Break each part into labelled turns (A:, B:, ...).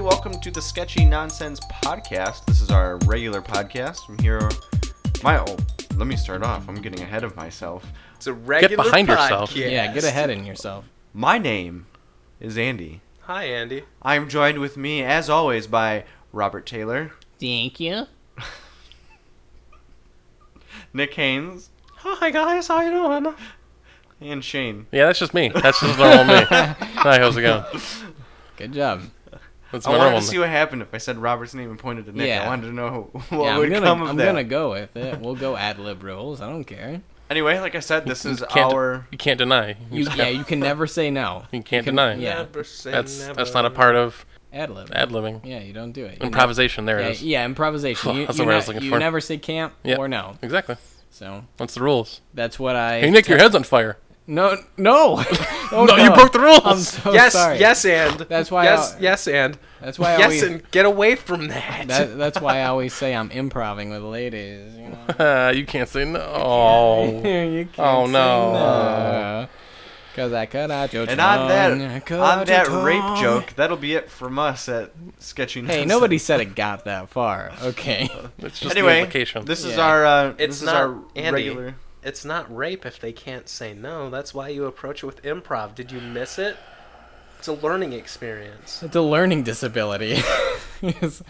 A: welcome to the Sketchy Nonsense Podcast. This is our regular podcast. I'm here. My oh, let me start off. I'm getting ahead of myself.
B: It's a regular
C: behind
B: podcast.
C: yourself.
D: Yeah, get ahead in yourself.
A: My name is Andy.
B: Hi, Andy.
A: I'm joined with me, as always, by Robert Taylor,
D: Thank you.
A: Nick Haynes,
B: Hi, guys. How you doing?
A: and Shane.
C: Yeah, that's just me. That's just normal me. Hi, how's it going?
D: Good job.
C: That's
A: I
C: my
A: wanted
C: normal
A: to see
C: me.
A: what happened if I said Robert's name and pointed to Nick. I
D: Yeah.
A: wanted to know what
D: yeah, I'm
A: would
D: gonna,
A: come of
D: I'm
A: that.
D: gonna go with it. We'll go ad lib rules. I don't care.
A: Anyway, like I said, this is
C: can't,
A: our.
C: You can't deny.
D: You, yeah, you can never say no.
C: You can't deny.
D: Yeah.
B: Never say
C: That's
B: never.
C: that's not a part of
D: Ad lib.
C: ad libbing.
D: Yeah, you don't do it. You
C: Improvisation. There
D: ne-
C: it
D: Yeah,
C: is.
D: yeah, improvisation. You,
C: That's
D: you
C: the word I was
D: ne-
C: looking
D: you
C: for.
D: never say camp
C: Yeah.
D: or no.
C: Exactly.
D: So
C: That's the rules.
D: that's what I.
C: Hey, Nick, your head's on fire.
D: No, no. Oh,
C: no, you broke the
D: I'm
C: rules.
D: so
B: yes,
D: Oh, sorry.
B: yes, and.
D: That's why
B: Yes,
D: I'll-
B: yes, and.
D: That's why I
B: yes,
D: always.
B: and get away from that.
D: that, that's why I always say I'm improving with ladies. You know?
C: Uh, you can't say no.
D: you can't
C: Oh, no.
D: Because I cut out your
A: And on
D: tongue, I
A: that,
D: cut
A: on
D: out
A: that
D: your
A: rape
D: tongue.
A: joke, that'll be it from us at Sketchy
D: Hey,
A: Nonsense.
D: nobody said it got that far. Okay.
C: It's just
A: anyway,
C: the implication.
A: this is
D: Yeah.
A: our uh,
B: It's
A: this is
B: not
A: our
B: Andy.
A: regular.
B: It's not rape if they can't say no. That's why you approach it with improv. Did you miss it? It's a learning experience.
D: It's a learning disability. Yes.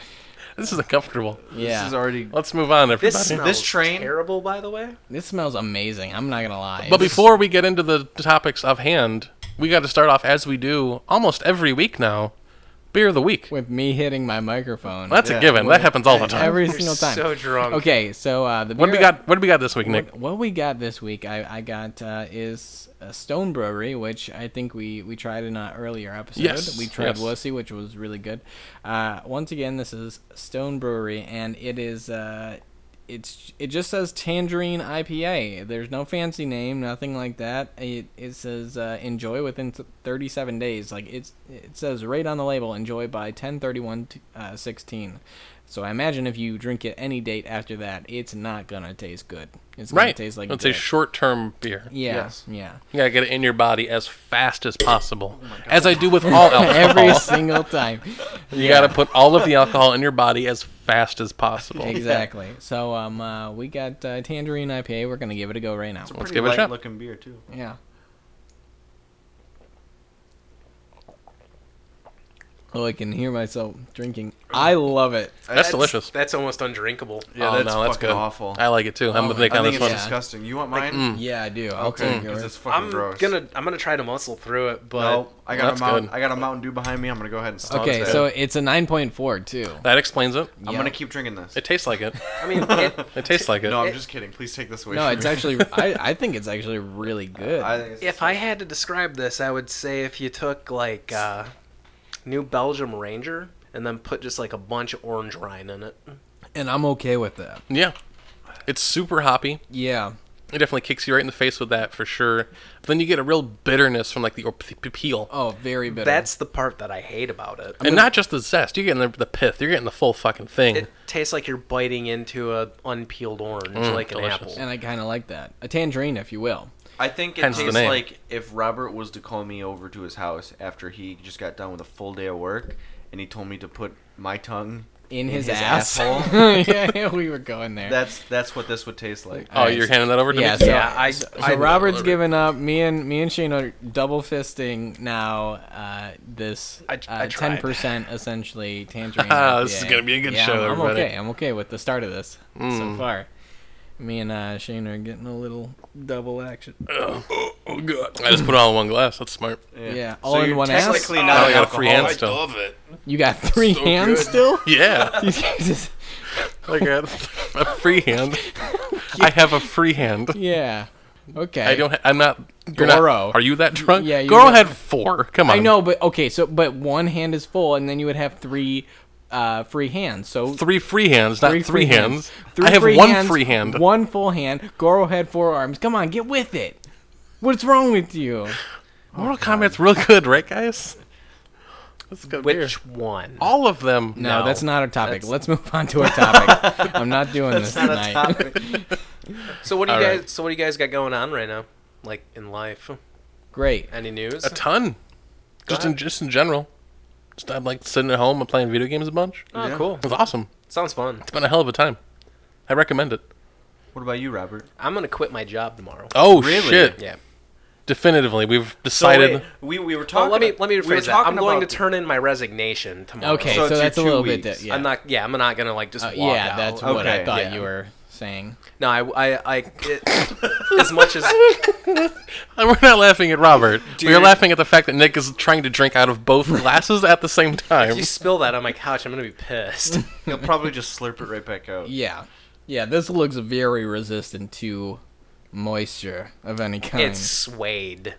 C: this is uncomfortable.
D: yeah.
A: This is already.
C: Let's move on, everybody.
B: This smells
A: train-
B: terrible, by the way.
D: this smells amazing. I'm not going to lie.
C: But before we get into the topics of hand, we got to start off as we do almost every week now. Beer of the week.
D: With me hitting my microphone.
C: That's
A: Yeah.
C: a given. That happens all the time.
D: Every
B: You're
D: single time.
B: so drunk.
D: Okay, so uh, the
C: what do we
D: beer-
C: got? What do we got this week, Nick?
D: What, what we got this week, I, I got uh, is a Stone Brewery, which I think we, we tried in an earlier episode.
C: Yes,
D: we tried
C: yes.
D: Wussy, which was really good. Uh, once again, this is Stone Brewery, and it is uh, it's it just says Tangerine IPA. There's no fancy name, nothing like that. It it says uh, enjoy within th- 37 days. Like it's it says right on the label, enjoy by 10:31 t- uh, 16. So I imagine if you drink it any date after that, it's not gonna taste good. It's gonna
C: right.
D: taste like
C: Let's say
D: dirt.
C: short-term beer.
D: Yeah,
A: Yes.
D: yeah.
C: You gotta get it in your body as fast as possible, as I do with all alcohol.
D: Every single time.
C: Oh. you gotta put all of the alcohol in your body as fast as possible.
D: Exactly. So um, uh, we got uh, Tangerine IPA. We're gonna give it a go right now.
A: It's a
C: Let's
A: pretty
C: give it a
A: light
C: shot.
A: looking beer too.
D: Yeah. Oh, I can hear myself drinking. I love it.
C: That's delicious.
B: That's almost undrinkable.
A: Yeah,
C: oh
A: that's
C: no, that's
A: fucking
C: good.
A: awful.
C: I like it too. I'm
D: Oh,
C: with
D: I
C: Nick
A: I
C: on
A: think
C: this
A: it's
C: one. mm,
D: just-
A: disgusting. You want mine?
D: Yeah, I do. I'll
A: Mm. Okay,
D: take
A: 'cause
D: yours.
A: it's fucking
B: I'm
A: gross.
B: gonna I'm gonna try to muscle through it, but
A: No, I got
C: That's
A: a mountain.
C: good.
A: I got a Mountain Dew behind me. I'm gonna go ahead and stop.
D: Okay,
A: that.
D: so it's a 9.4 too.
C: That explains it.
A: I'm
D: yeah.
A: gonna keep drinking this.
C: It tastes like it.
B: I mean, it,
C: It tastes like it.
A: No, I'm just kidding. Please take this away.
D: No,
A: from
D: it's
A: me.
D: actually. I, I think it's actually really good.
A: I think it's,
B: if I had to describe this, I would say if you took like uh, New Belgium Ranger and then put just like a bunch of orange rind in it.
D: and I'm okay with that.
C: yeah, it's super hoppy.
D: Yeah.
C: It definitely kicks you right in the face with that for sure. But then you get a real bitterness from like the or- p- p- peel,
D: Oh, very bitter.
B: That's the part that I hate about it.
C: and not just the zest. You're getting the, the pith. You're getting the full fucking thing.
B: It tastes like you're biting into a unpeeled orange, like
C: Mm, delicious.
B: an apple.
D: and I kind of like that. A tangerine, if you will.
A: I think it
C: Hence the
A: tastes
C: name.
A: like if Robert was to call me over to his house after he just got done with a full day of work, and he told me to put my tongue
D: In his,
A: his
D: ass.
A: asshole.
D: yeah, we were going there.
A: That's that's what this would taste like.
C: oh, you're handing that over to
D: yeah,
C: me.
D: so,
B: Yeah, I-
D: so,
B: I-
D: so Robert's
C: Robert.
D: given up. Me and me and Shane are double fisting now. Uh, this
B: I- I
D: ten
B: tried.
D: percent essentially tangerine.
C: Ah, this
D: IPA.
C: is gonna be a good
D: yeah,
C: show,
D: I'm, I'm
C: everybody. Mm.
D: okay. I'm okay with the start of this so far. Me and uh, Shane are getting a little double action.
C: Oh god! I just put it all in one glass. That's smart.
D: yeah, all in
A: you're
D: one ass?
A: technically
C: Now
A: not
C: Oh, I
A: an
C: got a free hand
A: alcoholic.
C: still.
D: You got three hands still.
C: Yeah,
D: Jesus.
C: like a, a free hand. I have a free hand.
D: yeah. Okay.
C: I don't. Ha- I'm not. You're not-
D: Goro.
C: are you that drunk?
D: Yeah, you
C: Goro
D: got-
C: had four. Come on.
D: I know, but okay. So, but one hand is full, and then you would have three uh, free hands. So
C: Three free hands, not three,
D: free
C: hands.
D: Three
C: I have
D: free
C: one
D: hands,
C: free hand.
D: One full hand. Goro had four arms. Come on, get with it. What's wrong with you?
C: Mortal Kombat's real good, right, guys? That's good beer.
B: Which one?
C: All of them.
D: No,
B: No,
D: that's not our topic. Let's move on to our topic. I'm not doing this
A: Not a
D: tonight.
A: topic.
B: So what do you
C: All
B: guys?
C: right.
B: So what do you guys got going on right now, like in life?
D: Great.
B: Any news?
C: A ton. Just in just in general. Just, I'm like sitting at home and playing video games a bunch.
B: Oh,
A: Yeah.
B: cool.
C: It was awesome.
B: Sounds fun.
C: It's been a hell of a time. I recommend it.
A: What about you, Robert?
B: I'm gonna quit my job tomorrow.
C: Oh
A: Really?
C: shit!
B: Yeah.
C: Definitively, we've
A: So wait,
C: decided.
A: we we were
B: Oh,
A: talking.
B: let me let me rephrase
A: we were
B: that. I'm
A: talking
B: going to
A: about-
B: turn in my resignation tomorrow.
A: So
D: Okay, so,
A: it's your
D: that's a
A: two
D: little bit.
A: weeks.
D: Di- yeah,
B: I'm not. Yeah, I'm not gonna like just
D: Uh,
B: walk
D: yeah,
B: out.
D: that's what
A: Okay,
D: I thought
B: yeah.
D: you were saying.
B: No, I, I, I it, as much as
C: We're not laughing at Robert. We are
B: Dude.
C: laughing at the fact that Nick is trying to drink out of both glasses at the same
B: if
C: time.
B: you spill that on my couch, I'm gonna be pissed.
A: He'll probably just slurp it right back out.
D: Yeah, yeah. This looks very resistant to moisture of any kind.
B: it's suede.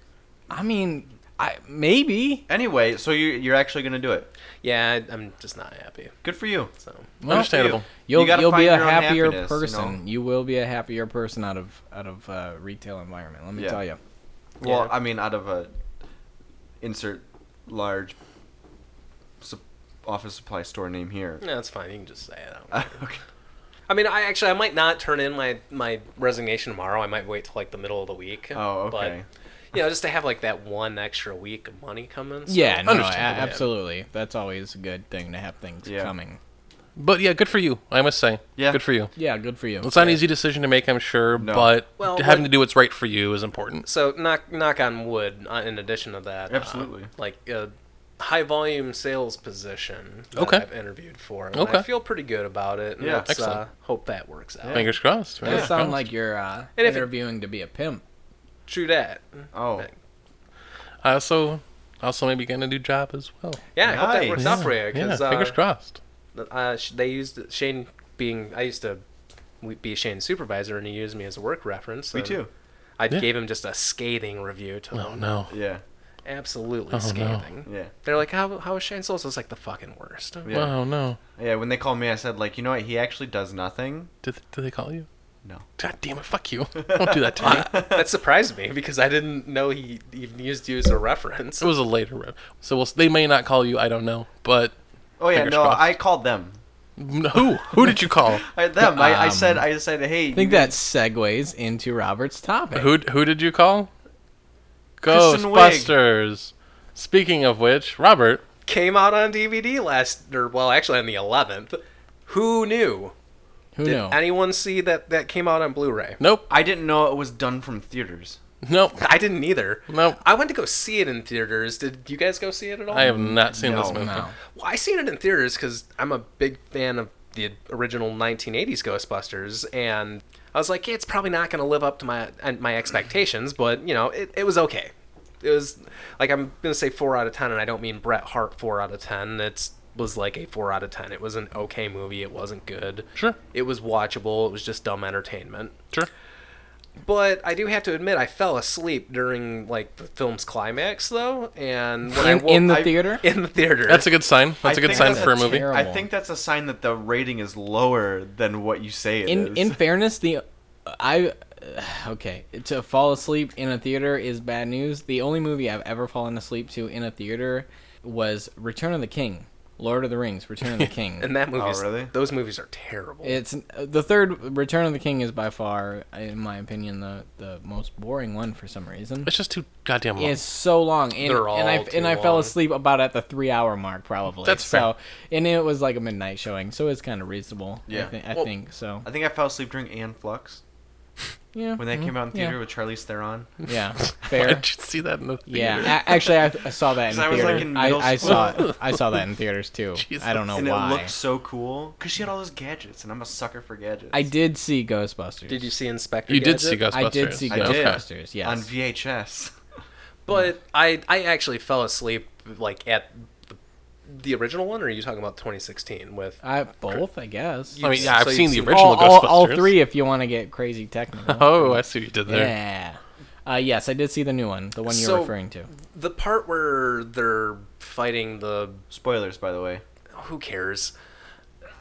D: I mean, I maybe.
A: Anyway, so you you're actually gonna do it.
B: Yeah, I, I'm just not happy.
A: Good for you.
B: So
D: Well,
C: Understandable.
A: You.
D: You'll
A: gotta
D: you will
A: find
D: be a
A: your own
D: happier
A: happiness, you know?
D: person. You, will be a happier person out of out of uh, retail environment. Let me
A: Yeah.
D: tell you.
A: Well,
B: Yeah.
A: I mean, out of a insert large sup- office supply store name here.
B: no, it's fine. You can just say it. I, don't-
A: okay.
B: I mean, I actually, I might not turn in my my resignation tomorrow. I might wait till like the middle of the week.
A: Oh, okay.
B: But, you know, just to have like that one extra week of money coming. so-
D: yeah, no, a-
C: Understandable.
D: absolutely. That's always a good thing to have things
A: Yeah.
D: coming.
C: But yeah, good for you. I must say,
A: Yeah.
C: good for you.
D: Yeah, good for you.
C: It's not an easy decision to make, I'm sure,
A: No.
C: but
B: Well,
C: having
B: what-
C: to do what's right for you is important.
B: So knock knock on wood. Uh, in addition to that, uh,
A: Absolutely.
B: like a high volume sales position. That
C: Okay.
B: I've interviewed for. and
C: Okay.
B: I feel pretty good about it. And
A: Yeah.
B: let's, Uh,
C: Excellent.
B: hope that works out.
C: Fingers crossed.
D: That
C: fingers
D: sound
C: crossed.
D: like you're uh,
B: And if it-
D: interviewing to be a pimp.
B: True that.
A: Oh,
C: I also also maybe get a new job as well.
B: Yeah, I hope that works
A: Nice.
B: out for you
C: Yeah,
B: because
C: fingers crossed.
B: uh, sh- they used Shane being I used to w- be Shane's supervisor and he used me as a work reference.
A: me
B: and
A: too.
B: I
C: Yeah.
B: gave him just a scathing review to
C: Oh
B: him.
C: no.
A: Yeah,
B: Absolutely
C: Oh, no.
B: scathing.
A: yeah,
B: They're like, how how is Shane Souls? It's like the fucking worst.
A: Yeah.
C: Oh no.
A: yeah. When they called me, I said like, you know what? He actually does nothing.
C: Did, did they call you?
A: No.
C: God damn it! Fuck you! Don't do that to me.
B: that surprised me because I didn't know he even used you as a reference.
C: It was a later rep. So we'll, s- they may not call you. I don't know. But
A: Oh yeah,
C: Fingers
A: no.
C: crossed.
A: I called them.
C: who who did you call?
A: I, them. I, I
D: Um,
A: said. I said. Hey.
D: I think that segues into Robert's topic.
C: Who who did you call?
A: Kristen Wiig.
C: Ghostbusters. Speaking of which, Robert,
B: Came out on DVD last, or well, actually on the 11th. Who knew?
D: Who
B: Did
D: knew?
B: anyone see that that came out on Blu-ray?
C: nope,
A: I didn't know it was done from theaters.
C: nope,
B: I didn't either.
C: nope.
B: I went to go see it in theaters. Did you guys go see it at all?
C: I have not seen this
A: No,
C: movie.
D: no.
B: Well, I seen it in theaters because I'm a big fan of the original 1980s Ghostbusters, and I was like, yeah, it's probably not going to live up to my and my expectations, but you know, it, it was okay. It was like I'm going to say four out of ten, and I don't mean Bret Hart four out of ten. It's was like a four out of ten. It was an okay movie. It wasn't good.
C: Sure.
B: It was watchable. It was just dumb entertainment.
C: Sure.
B: But I do have to admit, I fell asleep during like the film's climax, though, and when I
D: In,
B: woke
D: in the
A: I-
D: theater?
B: in the theater,
C: That's a good sign. That's
A: I
C: a good
A: think
C: sign
A: that's
C: for a
D: a
C: movie.
D: terrible-
A: I think that's a sign that the rating is lower than what you say it is.
D: in in fairness, the I okay to fall asleep in a theater is bad news. The only movie I've ever fallen asleep to in a theater was Return of the King, Lord of the Rings, Return of the King.
B: And that movie's
A: really?
B: those movies are terrible.
D: It's the third Return of the King is by far, in my opinion, the the most boring one for some reason.
C: It's just too goddamn long.
D: It's so long, and,
B: They're all
D: and I
B: too
D: and I fell
B: long.
D: asleep about at the three hour mark probably.
C: That's fair.
D: so, and it was like a midnight showing, so it's kind of reasonable.
A: Yeah.
D: I, thi- I
C: Well-
D: think so.
A: I think I fell asleep during Anne Flux
D: Yeah, Mm-hmm.
A: when that came out in
D: yeah.
A: theater with Charlize Theron.
D: yeah,
C: Why
D: fair.
C: did you see that in the theater?
D: Yeah, a- actually, I, I saw that in
A: 'Cause I was,
D: theater.
A: like, in
D: I,
A: middle
D: I
A: school.
D: saw it. I saw that in theaters too.
C: Jesus.
D: I don't know
A: and
D: why.
A: it looked so cool because she had all those gadgets, and I'm a sucker for gadgets.
D: I did see Ghostbusters.
B: Did you see Inspector?
C: You did see
B: Gadget?
C: Ghostbusters.
D: I did see
A: I
D: Ghostbusters.
A: did.
D: yes.
A: on VHS.
B: But I I actually fell asleep like at the, the original one, or are you talking about 2016 with?
D: I, both, I guess.
C: I mean,
B: You've-
C: yeah, I've
B: so you've
C: seen the
B: seen-
C: original
D: all, all, all
C: Ghostbusters.
D: three, if you want to get crazy technical.
C: Oh, I see what you did there.
D: yeah. Uh, yes, I did see the new one, the one you're
B: So-
D: referring to.
B: The part where they're fighting the
A: Spoilers, by the way.
B: who cares?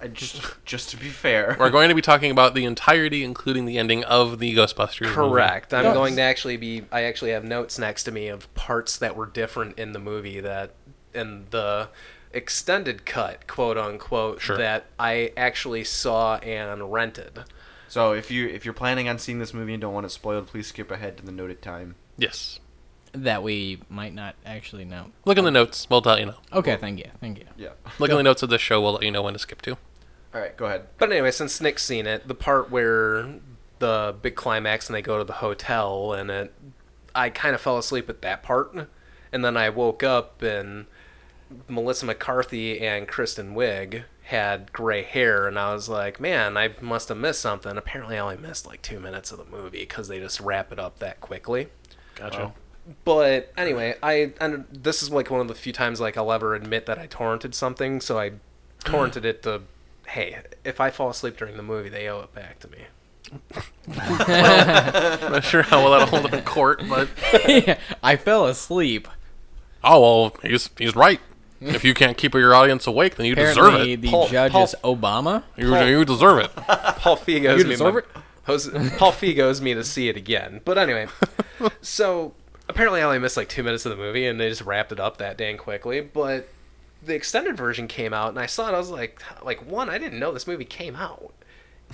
A: I just just to be fair.
C: We're going to be talking about the entirety, including the ending of the Ghostbusters. movie.
B: Correct. I'm
D: Yes.
B: going to actually be. I actually have notes next to me of parts that were different in the movie that in the extended cut, quote unquote,
C: Sure.
B: that I actually saw and rented.
A: So if you if you're planning on seeing this movie and don't want it spoiled, please skip ahead to the noted time.
C: Yes.
D: that we might not actually know.
C: Look in the notes. We'll let you know.
D: Okay, thank you, thank you.
A: Yeah.
C: Look in the notes of the show. We'll let you know when to skip to.
A: All right, go ahead.
B: But anyway, since Nick's seen it, the part where the big climax and they go to the hotel and it, I kind of fell asleep at that part, and then I woke up and Melissa McCarthy and Kristen Wiig had gray hair, and I was like, man, I must have missed something. Apparently, I only missed like two minutes of the movie because they just wrap it up that quickly.
C: Gotcha.
B: But anyway, I and this is like one of the few times like I'll ever admit that I torrented something. So I torrented it to, hey, if I fall asleep during the movie, they owe it back to me.
C: I'm not sure how well that'll hold up in court, but
D: I fell asleep.
C: oh well, he's he's right. If you can't keep your audience awake, then you deserve
D: Apparently,
C: it.
D: the
B: Paul-
D: judge
B: Paul-
D: is Obama.
C: You, you deserve it.
B: Paul Feig owes
D: You
B: me.
D: deserve
B: my-
D: it.
B: owes- Paul Feig owes me to see it again. But anyway, so apparently I only missed like two minutes of the movie, and they just wrapped it up that dang quickly. But the extended version came out, and I saw it. I was like, like one, I didn't know this movie came out,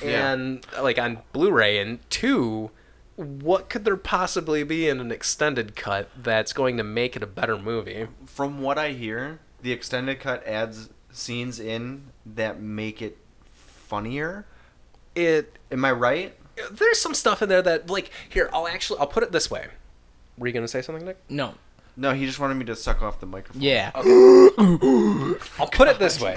A: Yeah.
B: and like on Blu-ray, and two. What could there possibly be in an extended cut that's going to make it a better movie?
A: From what I hear, the extended cut adds scenes in that make it funnier.
B: It
A: Am I right?
B: there's some stuff in there that like here I'll actually I'll put it this way. Were you gonna say something, Nick?
D: No.
A: No, he just wanted me to suck off the microphone.
D: Yeah.
B: I'll put it this way.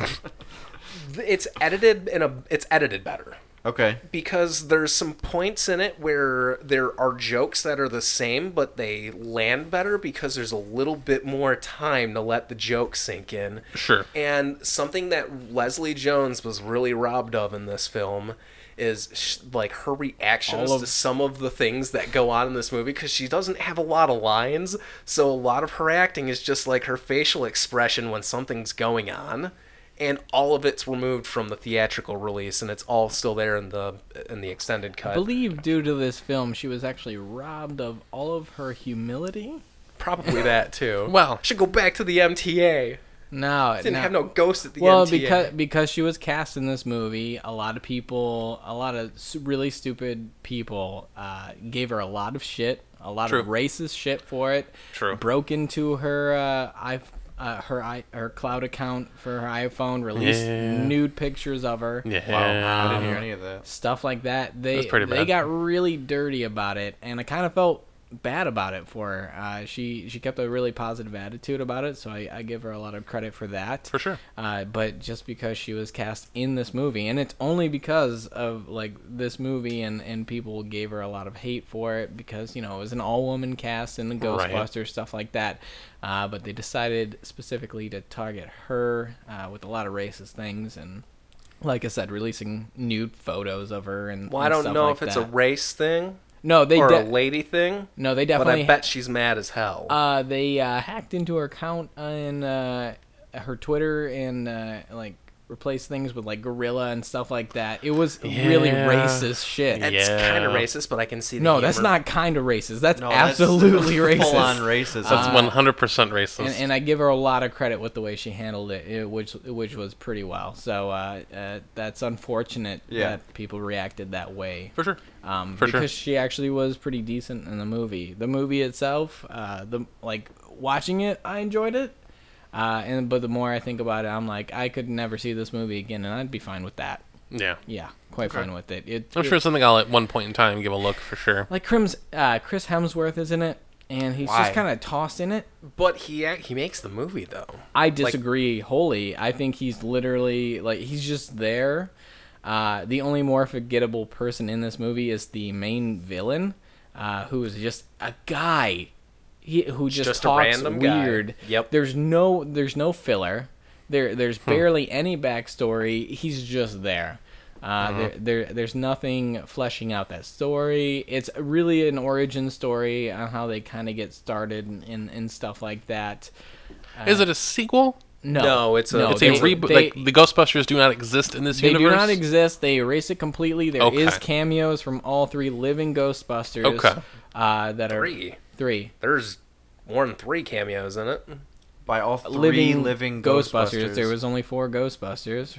B: It's edited in a it's edited better
A: Okay.
B: because there's some points in it where there are jokes that are the same but they land better because there's a little bit more time to let the joke sink in.
C: Sure.
B: And something that Leslie Jones was really robbed of in this film is sh- like her reactions
D: All of-
B: to some of the things that go on in this movie because she doesn't have a lot of lines. So a lot of her acting is just like her facial expression when something's going on. And all of it's removed from the theatrical release, and it's all still there in the in the extended cut.
D: I believe due to this film, she was actually robbed of all of her humility.
B: Probably that too.
C: Well.
B: should go back to the MTA.
D: No,
B: Didn't
D: no.
B: have no ghost at the
D: well,
B: MTA.
D: because because she was cast in this movie, a lot of people, a lot of s- really stupid people, uh, gave her a lot of shit, a lot of
C: True.
D: racist shit for it.
C: True.
D: Broke into her uh, i uh, her i her cloud account for her iPhone, released
C: Yeah.
D: nude pictures of her.
C: Yeah.
A: Wow. Oh, I didn't hear any of that.
D: Stuff like that. They
C: That's pretty
D: they
C: bad.
D: got really dirty about it, and I kind of felt bad about it for her. Uh, she she kept a really positive attitude about it, so I, I give her a lot of credit for that
C: For sure.
D: uh, but just because she was cast in this movie, and it's only because of like this movie, and and people gave her a lot of hate for it because you know it was an all woman cast and the
C: Right.
D: Ghostbusters stuff like that. Uh, but they decided specifically to target her uh, with a lot of racist things and. Like I said, releasing nude photos of her and
B: Well, I
D: and
B: don't
D: stuff
B: know
D: like
B: if it's a
D: that.
B: race thing
D: no. They
B: or a
D: de-
B: lady thing.
D: no, they
B: But
D: definitely
B: I bet she's mad as hell.
D: Uh, they uh, hacked into her account on uh, her Twitter and uh, like replaced things with like gorilla and stuff like that. It was really
C: Yeah.
D: racist shit.
B: it's
C: yeah.
B: kind of racist, but I can see. The
D: No, that's
B: humor.
D: not kind of racist. That's
A: No, that's
D: absolutely racist.
A: Full on racism.
C: That's 100% racist.
D: And, and I give her a lot of credit with the way she handled it, it which which was pretty well. So uh, uh, that's unfortunate
A: Yeah.
D: that people reacted that way.
C: for sure.
D: um,
C: For sure.
D: because she actually was pretty decent in the movie. The movie itself, uh, the like watching it, I enjoyed it. Uh, and but the more I think about it, I'm like, I could never see this movie again, and I'd be fine with that.
C: Yeah.
D: Yeah, quite fine with it. It,
C: I'm
D: it-
C: sure it's something I'll at one point in time give a look for sure.
D: like Crims, uh, Chris Hemsworth is in it, and he's
A: Why?
D: just kind of tossed in it.
B: But he act- he makes the movie though.
D: I disagree wholly. I think he's literally like he's just there. Uh, the only more forgettable person in this movie is the main villain, uh, who is just a guy. He who just,
B: Just a
D: talks
B: random guy.
D: weird.
B: Yep. Hmm.
D: There's no there's no filler. There there's barely any backstory. He's just there. Uh,
B: Mm-hmm.
D: there, there, there's nothing fleshing out that story. It's really an origin story on how they kind of get started and, and, and stuff like that.
C: Is it a sequel?
D: No,
B: No, it's a-
D: Uh, no,
C: It's
D: they-
C: a reboot.
D: they-
C: Like the Ghostbusters do not exist in this
D: they
C: universe.
D: do not exist. They erase it completely. There is
C: Okay.
D: cameos from all three living Ghostbusters.
C: Okay.
D: Uh, that are
B: Three.
D: three.
B: There's more than three cameos in it,
A: By all three
D: living
A: living,
D: Ghostbusters.
A: Ghostbusters.
D: There was only four Ghostbusters.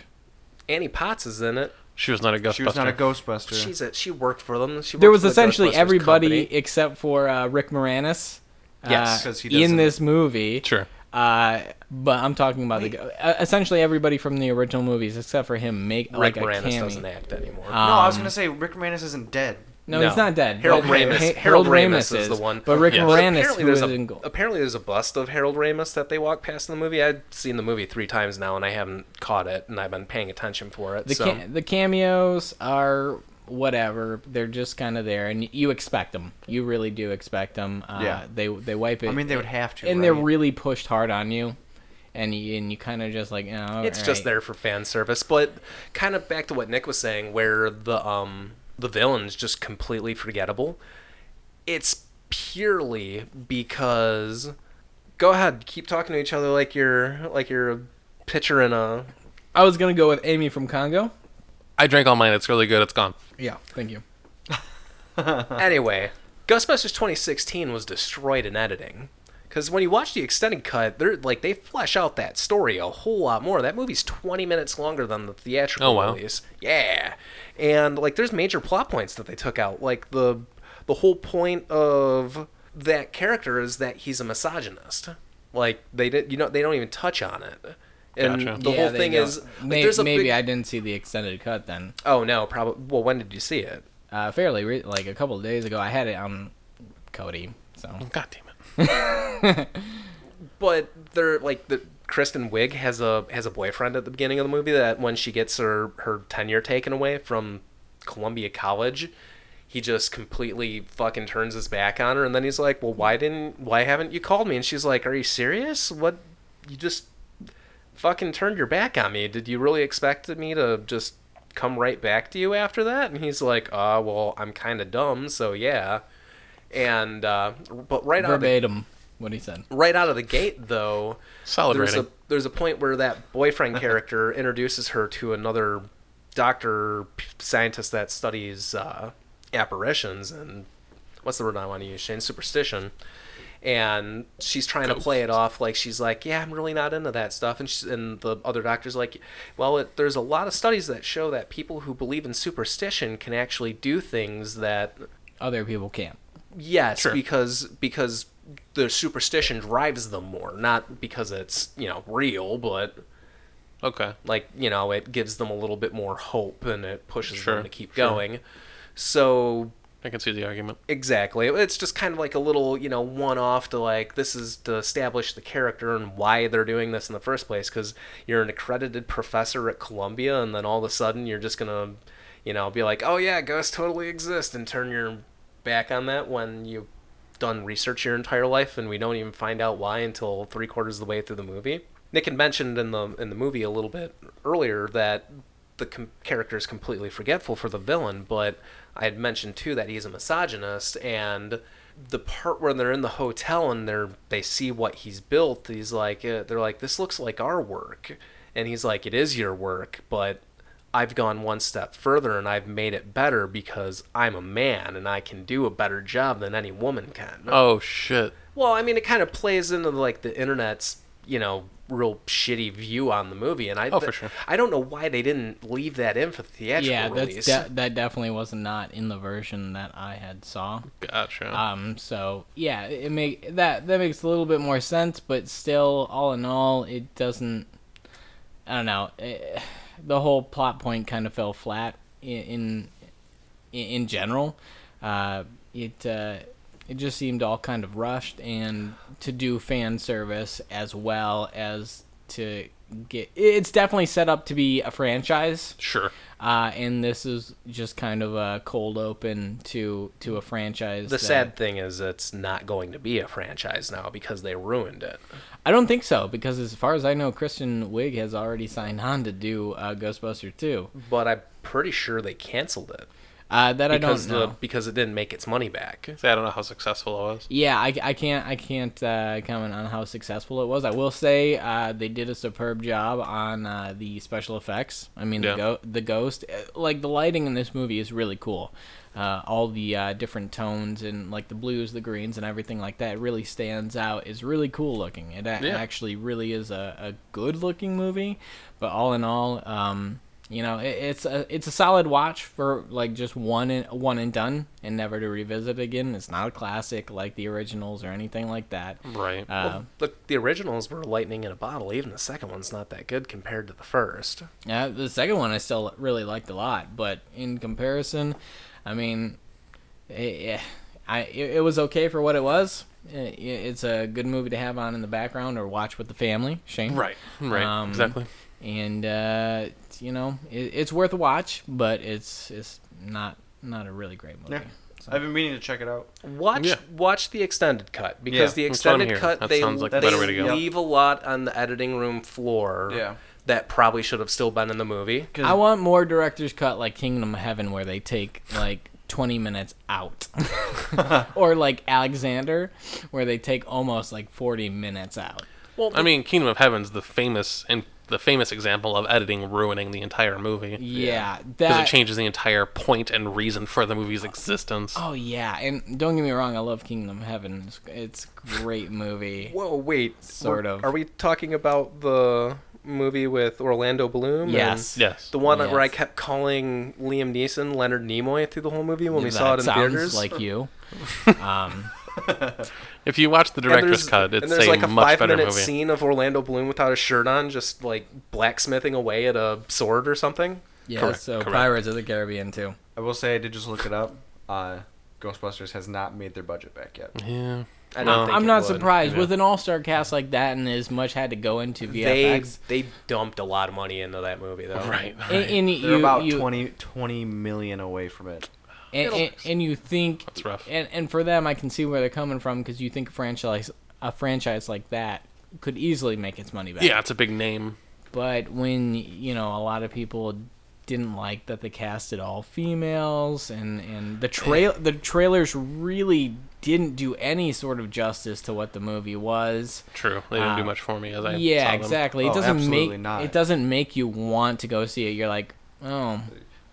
B: Annie Potts is in it.
C: she was not a Ghostbuster.
A: she was not a Ghostbuster.
B: She's a, she worked for them. She
D: There
B: worked
D: was
B: for the
D: essentially
B: Ghostbusters
D: everybody
B: company.
D: except for uh, Rick Moranis.
B: Yes,
D: uh,
A: 'cause he doesn't-
D: in this movie.
C: Sure.
D: Uh, but I'm talking about the uh, essentially everybody from the original movies except for him make
B: Rick
D: like a
B: Moranis
D: cameo.
B: doesn't act anymore.
A: no, I was
D: Um,
A: gonna say Rick Moranis isn't dead.
D: No,
B: No.
D: he's not dead.
B: Harold
D: but
B: Ramis-
D: Ha-
B: Harold
D: Harold
B: Ramis
D: Ramis
B: is the one.
D: But Rick
C: Yes.
B: But
D: Moranis,
B: apparently,
D: who
B: there's
D: is
B: a,
D: in gold.
B: apparently there's a bust of Harold Ramis that they walk past in the movie. I've seen the movie three times now, and I haven't caught it, and I've been paying attention for it.
D: the
B: so
D: ca- the cameos are whatever. They're just kind of there, and you expect them. You really do expect them. Uh,
A: Yeah.
D: They they wipe it.
A: I mean, they would have to.
D: and they're
A: right?
D: really pushed hard on you, and you, and you kind of just like, oh,
B: it's just there for fan service. But kind of back to what Nick was saying, where the um the villain's just completely forgettable. It's purely because go ahead, keep talking to each other like you're like you're a pitcher in a
D: I was gonna go with Amy from Congo.
C: I drank all mine. It's really good. It's gone.
D: Yeah, thank you.
B: anyway, Ghostbusters 2016 was destroyed in editing. Because when you watch the extended cut, they're like they flesh out that story a whole lot more. That movie's 20 minutes longer than the theatrical
C: Oh, wow.
B: release. Yeah, and like there's major plot points that they took out. Like the the whole point of that character is that he's a misogynist. Like they did, you know, they don't even touch on it. And
C: Gotcha.
B: the
D: Yeah,
B: whole
D: they
B: thing
D: don't-
B: is, like,
D: May-
B: there's a
D: maybe
B: big,
D: I didn't see the extended cut then.
B: oh no, probably. Well, when did you see it?
D: Uh, fairly re- like a couple of days ago, I had it on Cody. So
C: God damn it.
B: but they're like the Kristen Wiig has a has a boyfriend at the beginning of the movie that when she gets her her tenure taken away from Columbia College, he just completely fucking turns his back on her and then he's like, "Well, why didn't why haven't you called me?" And she's like, "Are you serious? What you just fucking turned your back on me. Did you really expect me to just come right back to you after that?" And he's like, "Uh, well, I'm kind of dumb, so yeah." And uh but right out of the,
D: verbatim, what he said.
B: right out of the gate though,
C: Solid
B: there's a
C: rating.
B: there's a point where that boyfriend character introduces her to another doctor p- scientist that studies uh, apparitions and what's the word I want to use? Shane superstition. And she's trying to play it off like she's like, yeah, I'm really not into that stuff. And she's, and the other doctor's like, well, it, there's a lot of studies that show that people who believe in superstition can actually do things that
D: Other people can't.
B: Yes,
C: Sure.
B: because because the superstition drives them more, not because it's you know real, but
C: Okay.
B: like you know it gives them a little bit more hope and it pushes
C: Sure,
B: them to keep
C: sure.
B: going. So
C: I can see the argument.
B: exactly, it's just kind of like a little you know one off to like this is to establish the character and why they're doing this in the first place. Because you're an accredited professor at Columbia, and then all of a sudden you're just gonna you know be like, oh yeah, ghosts totally exist, and turn your back on that when you done research your entire life and we don't even find out why until three quarters of the way through the movie. Nick had mentioned in the in the movie a little bit earlier that the com- character is completely forgetful for the villain, but I had mentioned too that he's a misogynist and the part where they're in the hotel and they're they see what he's built, he's like uh, they're like this looks like our work, and he's like it is your work, but I've gone one step further and I've made it better because I'm a man and I can do a better job than any woman can.
D: Uh,
C: Oh shit.
B: Well, I mean, it kind of plays into like the internet's you know real shitty view on the movie, and I
C: Oh, for sure.
B: I don't know why they didn't leave that in for the theatrical
D: yeah,
B: release.
D: that's de- that definitely was not in the version that I had saw.
C: Gotcha.
D: Um, so yeah, it make that that makes a little bit more sense, but still, all in all, it doesn't. I don't know. eh, the whole plot point kind of fell flat in in, in general. Uh, it uh, it just seemed all kind of rushed and to do fan service as well as to get. It's definitely set up to be a franchise
C: sure.
D: uh, and this is just kind of a cold open to to a franchise.
B: the
D: that-
B: sad thing is, it's not going to be a franchise now because they ruined it.
D: I don't think so because as far as I know, Kristen Wiig has already signed on to do uh, Ghostbuster two.
B: But I'm pretty sure they canceled it
D: Uh, that
B: because
D: I don't know.
B: the because it didn't make its money back.
C: See, I don't know how successful it was.
D: Yeah, I, I can't I can't uh, comment on how successful it was. I will say uh, they did a superb job on uh, the special effects. I mean
C: Yeah.
D: the go- the ghost eh, like the lighting in this movie is really cool. Uh, all the uh, different tones and like the blues, the greens, and everything like that really stands out. It's really cool looking. It a-
C: Yeah.
D: actually really is a, a good looking movie, but all in all, um, you know, it, it's a it's a solid watch for like just one and one and done, and never to revisit again. It's not a classic like the originals or anything like that.
C: Right.
D: Uh,
B: Look, the originals were lightning in a bottle. Even the second one's not that good compared to the first.
D: yeah, the second one I still really liked a lot, but in comparison, I mean, it, I it, it was okay for what it was. It, it's a good movie to have on in the background or watch with the family. Shane.
C: Right. Right.
D: Um,
C: exactly.
D: and uh, you know it, it's worth a watch, but it's it's not not a really great movie.
A: Yeah. I've been meaning to check it out.
B: Watch
C: Yeah.
B: watch the extended cut because
A: Yeah,
B: the
C: that's what I'm
B: extended
C: hearing.
B: cut
C: That
B: they,
C: sounds like
A: a
B: they
A: better way to go.
B: leave a lot on the editing room floor.
A: Yeah.
B: That probably should have still been in the movie.
A: 'Cause-
D: I want more director's cut like Kingdom of Heaven, where they take like twenty minutes out, or like Alexander, where they take almost like forty minutes out.
C: I mean, Kingdom of Heaven's the famous and the famous example of editing ruining the entire movie.
D: Yeah,
C: Because
D: that.
C: it changes the entire point and reason for the movie's existence.
D: Oh yeah, and don't get me wrong, I love Kingdom of Heaven. It's, it's a great movie.
B: Whoa, wait.
D: Sort
B: we're-
D: of.
B: Are we talking about the movie with Orlando Bloom? and
D: Yes.
C: Yes.
B: The one where I
D: Yes.
B: kept calling Liam Neeson Leonard Nimoy through the whole movie when we
D: That
B: saw it in
D: sounds
B: theaters.
D: like you. Um,
C: If you watch the
B: And
C: director's cut, it's
B: and there's
C: a
B: like a
C: much
B: five
C: better
B: minute
C: movie.
B: scene of Orlando Bloom without a shirt on, just like blacksmithing away at a sword or something.
D: yeah,
C: Correct,
D: so
C: correct.
D: Pirates of the Caribbean too.
A: I will say I did just look it up. Uh, Ghostbusters has not made their budget back yet.
C: Yeah.
B: I don't
C: No.
B: think
D: I'm
B: it
D: not
B: would.
D: surprised
C: Yeah.
D: with an all-star cast like that, and as much had to go into
B: They
D: VFX.
B: they dumped a lot of money into that movie though.
C: Right.
D: and, and
A: They're
D: you,
A: about
D: you,
A: twenty twenty million 20 million away from it.
D: and,
C: It'll-
D: and, and you think
C: That's rough.
D: And, and for them, I can see where they're coming from because you think a franchise a franchise like that could easily make its money back.
C: Yeah, it's a big name.
D: But when you know a lot of people didn't like that they casted all females and and the trail the trailers really didn't do any sort of justice to what the movie was.
C: True. They
B: Uh,
C: didn't do
D: Um,
C: much for me as I saw
D: yeah,
C: them.
D: exactly.
A: Oh,
D: It doesn't
A: absolutely
D: make
A: not.
D: it doesn't make you want to go see it. You're like, oh,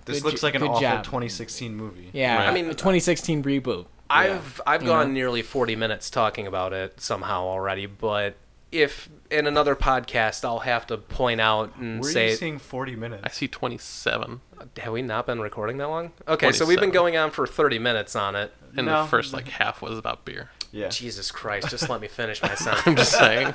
A: This
D: Good
A: looks
D: jo-
A: like an
D: good
A: awful
D: job.
A: 2016 movie.
D: yeah.
C: Right.
D: I mean, 2016 reboot.
B: I've I've gone nearly 40 minutes talking about it somehow already, but if in another podcast I'll have to point out and
A: Where are
B: say
A: you seeing 40 minutes?
C: I see 27
B: have we not been recording that long? Okay, so we've been
C: 27.
B: going on for 30 minutes on it.
C: and
A: No.
C: the first like half was about beer.
A: yeah.
B: Jesus Christ, just let me finish my sentence.
C: I'm just saying.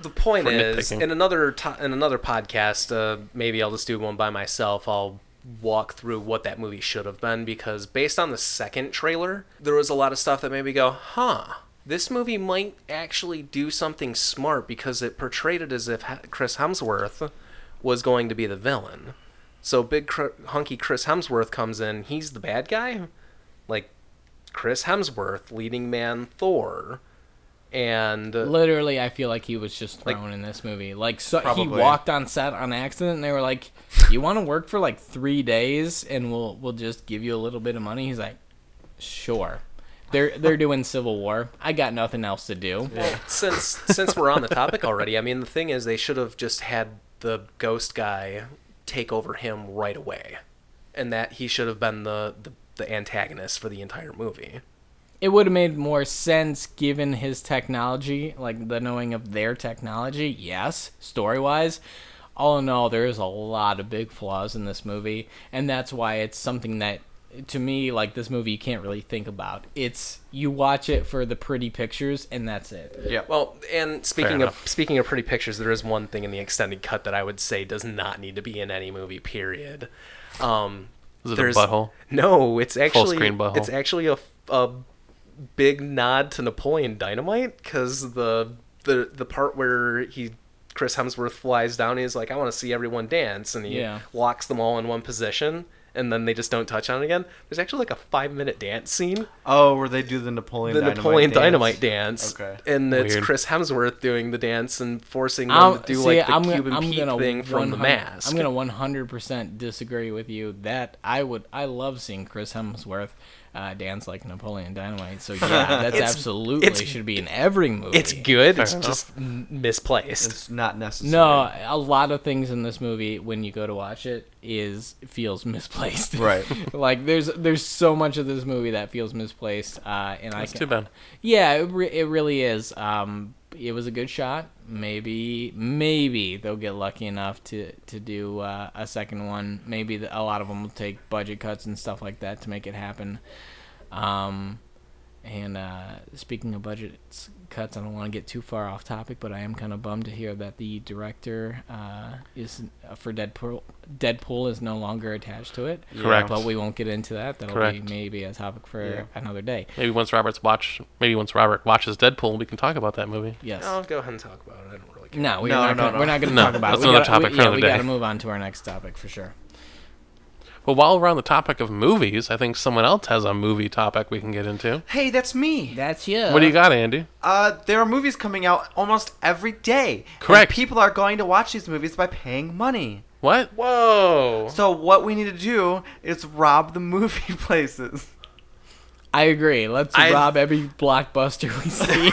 B: the point
C: For
B: is
C: nitpicking.
B: in another to- in another podcast uh, maybe i'll just do one by myself i'll walk through what that movie should have been because based on the second trailer there was a lot of stuff that made me go huh this movie might actually do something smart because it portrayed it as if Ha- chris hemsworth was going to be the villain so big cr- hunky chris hemsworth comes in he's the bad guy like chris hemsworth leading man thor and
D: Literally, I feel like he was just
B: Like-
D: thrown in this movie. Like, so he
A: Probably.
D: walked on set on accident, and they were like, "You want to work for like three days, and we'll we'll just give you a little bit of money." He's like, "Sure." They're they're doing Civil War. I got nothing else to do.
B: Well, since since we're on the topic already, I mean, the thing is, they should have just had the ghost guy take over him right away, and that he should have been the the, the antagonist for the entire movie.
D: It would have made more sense given his technology, like the knowing of their technology. Yes, story wise. All in all, there is a lot of big flaws in this movie, and that's why it's something that, to me, like this movie, you can't really think about. It's you watch it for the pretty pictures, and that's it.
A: Yeah.
B: Well, and speaking of
C: enough.
B: speaking of pretty pictures, there is one thing in the extended cut that I would say does not need to be in any movie. Period. Um,
C: Is it a
B: there's-
C: butthole?
B: No, it's actually
C: screen butthole.
B: It's actually a, a big nod to Napoleon Dynamite because the the the part where he Chris Hemsworth flies down, he's like, "I want to see everyone dance," and he
D: Yeah.
B: locks them all in one position. And then they just don't touch on it again. There's actually like a five minute dance scene
A: Oh, where they do the Napoleon
B: the
A: Dynamite
B: Napoleon
A: dance.
B: Dynamite dance,
A: Okay.
B: and it's
C: Weird.
B: Chris Hemsworth doing the dance and forcing them
D: I'll-
B: to do
D: see,
B: like the
D: I'm gonna-
B: Cuban
D: I'm
B: peak
D: gonna
B: thing from the
D: 100
B: mask.
D: I'm gonna 100 percent disagree with you. That I would, I love seeing Chris Hemsworth uh, dance like Napoleon Dynamite. So yeah, that's
B: It's-
D: absolutely
B: it's-
D: should be in every movie.
B: It's good. it's
C: enough.
B: just m- misplaced.
A: It's not necessary.
D: No, a lot of things in this movie when you go to watch it is feels misplaced.
A: Right.
D: like there's there's so much of this movie that feels misplaced. Uh, and I
C: That's
D: can-
C: too bad.
D: Yeah, it, re- it really is. Um, it was a good shot. Maybe maybe they'll get lucky enough to to do uh, a second one. Maybe the, a lot of them will take budget cuts and stuff like that to make it happen. Um, and uh, speaking of budget s- cuts, I don't want to get too far off topic, but I am kind of bummed to hear that the director uh, is uh, for Deadpool. Deadpool is no longer attached to it.
C: Correct.
D: But we won't get into that. That'll
C: Correct.
D: be maybe a topic for
A: Yeah.
D: another day.
C: Maybe once Robert's watch, maybe once Robert watches Deadpool, we can talk about that movie.
D: Yes.
B: I'll go ahead and talk about it. I don't really care.
D: No, we're
A: No,
D: not.
A: no,
D: gonna,
A: no.
D: We're not going to
C: No,
D: talk about. it.
C: that's
D: We
C: another
D: gotta- we-
C: topic for another
D: yeah,
C: day.
D: we got to move on to our next topic for sure.
C: Well, while we're on the topic of movies, I think someone else has a movie topic we can get into.
A: Hey, that's me.
D: That's you.
C: What do you got, Andy?
A: Uh, there are movies coming out almost every day. and
C: Correct.
A: people are going to watch these movies by paying money.
C: What?
B: Whoa.
A: So what we need to do is rob the movie places.
D: I agree. Let's
B: I-
D: rob every blockbuster we see.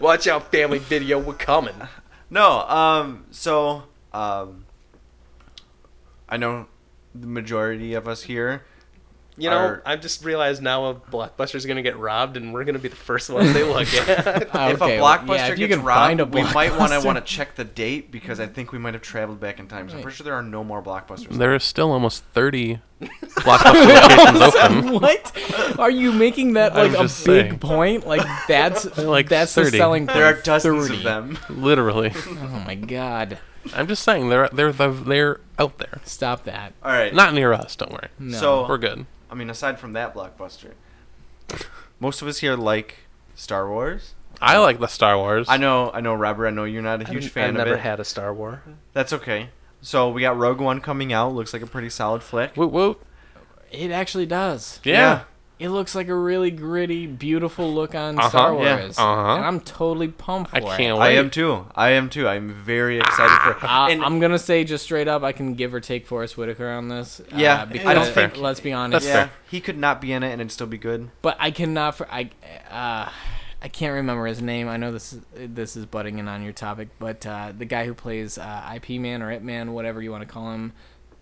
B: Watch out, family video. We're coming.
A: No, um, so um, I know the majority of us here.
B: You know,
A: Our-
B: I just realized now a blockbuster's gonna get robbed, and we're gonna be the first ones they look at.
D: Uh,
A: if
D: okay,
A: a
D: well, yeah,
A: blockbuster
D: if you
A: gets
D: can
A: robbed,
D: find a
A: we might want to
D: blockbuster-
A: want to check the date because I think we might have traveled back in time. So I'm
D: Right.
A: pretty sure there are no more blockbusters.
C: There are still almost 30 blockbuster locations open.
D: what? Are you making that
C: I'm
D: like a big
C: just saying.
D: point? Like that's
C: like
D: like that's
C: 30.
D: the selling point.
A: There are dozens
D: 30.
A: of them.
C: Literally.
D: Oh my god!
C: I'm just saying they're they're the, they're out there.
D: Stop that.
A: All right.
C: Not near us, don't worry.
D: No.
A: So
C: We're good.
A: I mean, aside from that blockbuster, most of us here like Star Wars.
C: I like the Star Wars.
A: I know, I know, Robert. I know you're not a huge fan
B: I've
A: of
B: never
A: it.
B: had a Star Wars.
A: That's okay. So we got Rogue One coming out. Looks like a pretty solid flick.
C: Woot woot.
D: It actually does.
C: Yeah.
D: It looks like a really gritty, beautiful look on
C: Uh-huh,
D: Star
A: yeah,
D: Wars,
C: uh-huh.
D: and I'm totally pumped for
C: I
D: it.
C: can't
A: I
C: wait.
A: am too. I am too. I'm very excited for.
D: I-
A: and
D: I'm gonna say just straight up, I can give or take Forrest Whitaker on this. uh,
A: Yeah,
D: because,
A: I don't
C: think-
D: Let's be honest.
C: That's
A: yeah,
C: fair.
A: he could not be in it and it'd still be good.
D: but I cannot. For, I uh, I can't remember his name. I know this is, this is butting in on your topic, but uh, the guy who plays uh, IP Man or It Man, whatever you want to call him,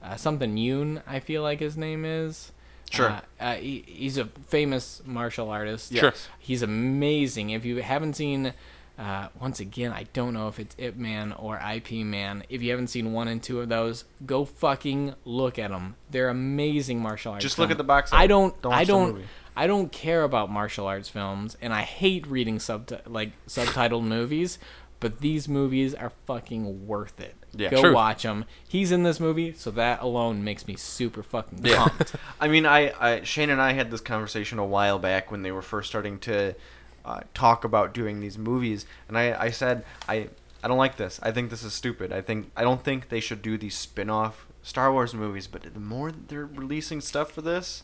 D: uh, something Yoon, I feel like his name is.
A: Sure.
D: Uh, uh, he, he's a famous martial artist.
C: Sure. Yes.
D: He's amazing. If you haven't seen, uh, once again, I don't know if it's It Man or IP Man. If you haven't seen one and two of those, go fucking look at them. They're amazing martial arts.
A: Just look
D: films.
A: at the box art.
D: I don't.
A: Don't watch
D: I
A: the
D: don't.
A: movie.
D: I don't care about martial arts films, and I hate reading subti- like subtitled movies. But these movies are fucking worth it.
A: Yeah.
D: go
C: True.
D: watch them. He's in this movie, so that alone makes me super fucking pumped.
A: I mean, I, I Shane and I had this conversation a while back when they were first starting to uh, talk about doing these movies, and I, I said I I don't like this. I think this is stupid. I think I don't think they should do these spin-off Star Wars movies. But the more that they're releasing stuff for this,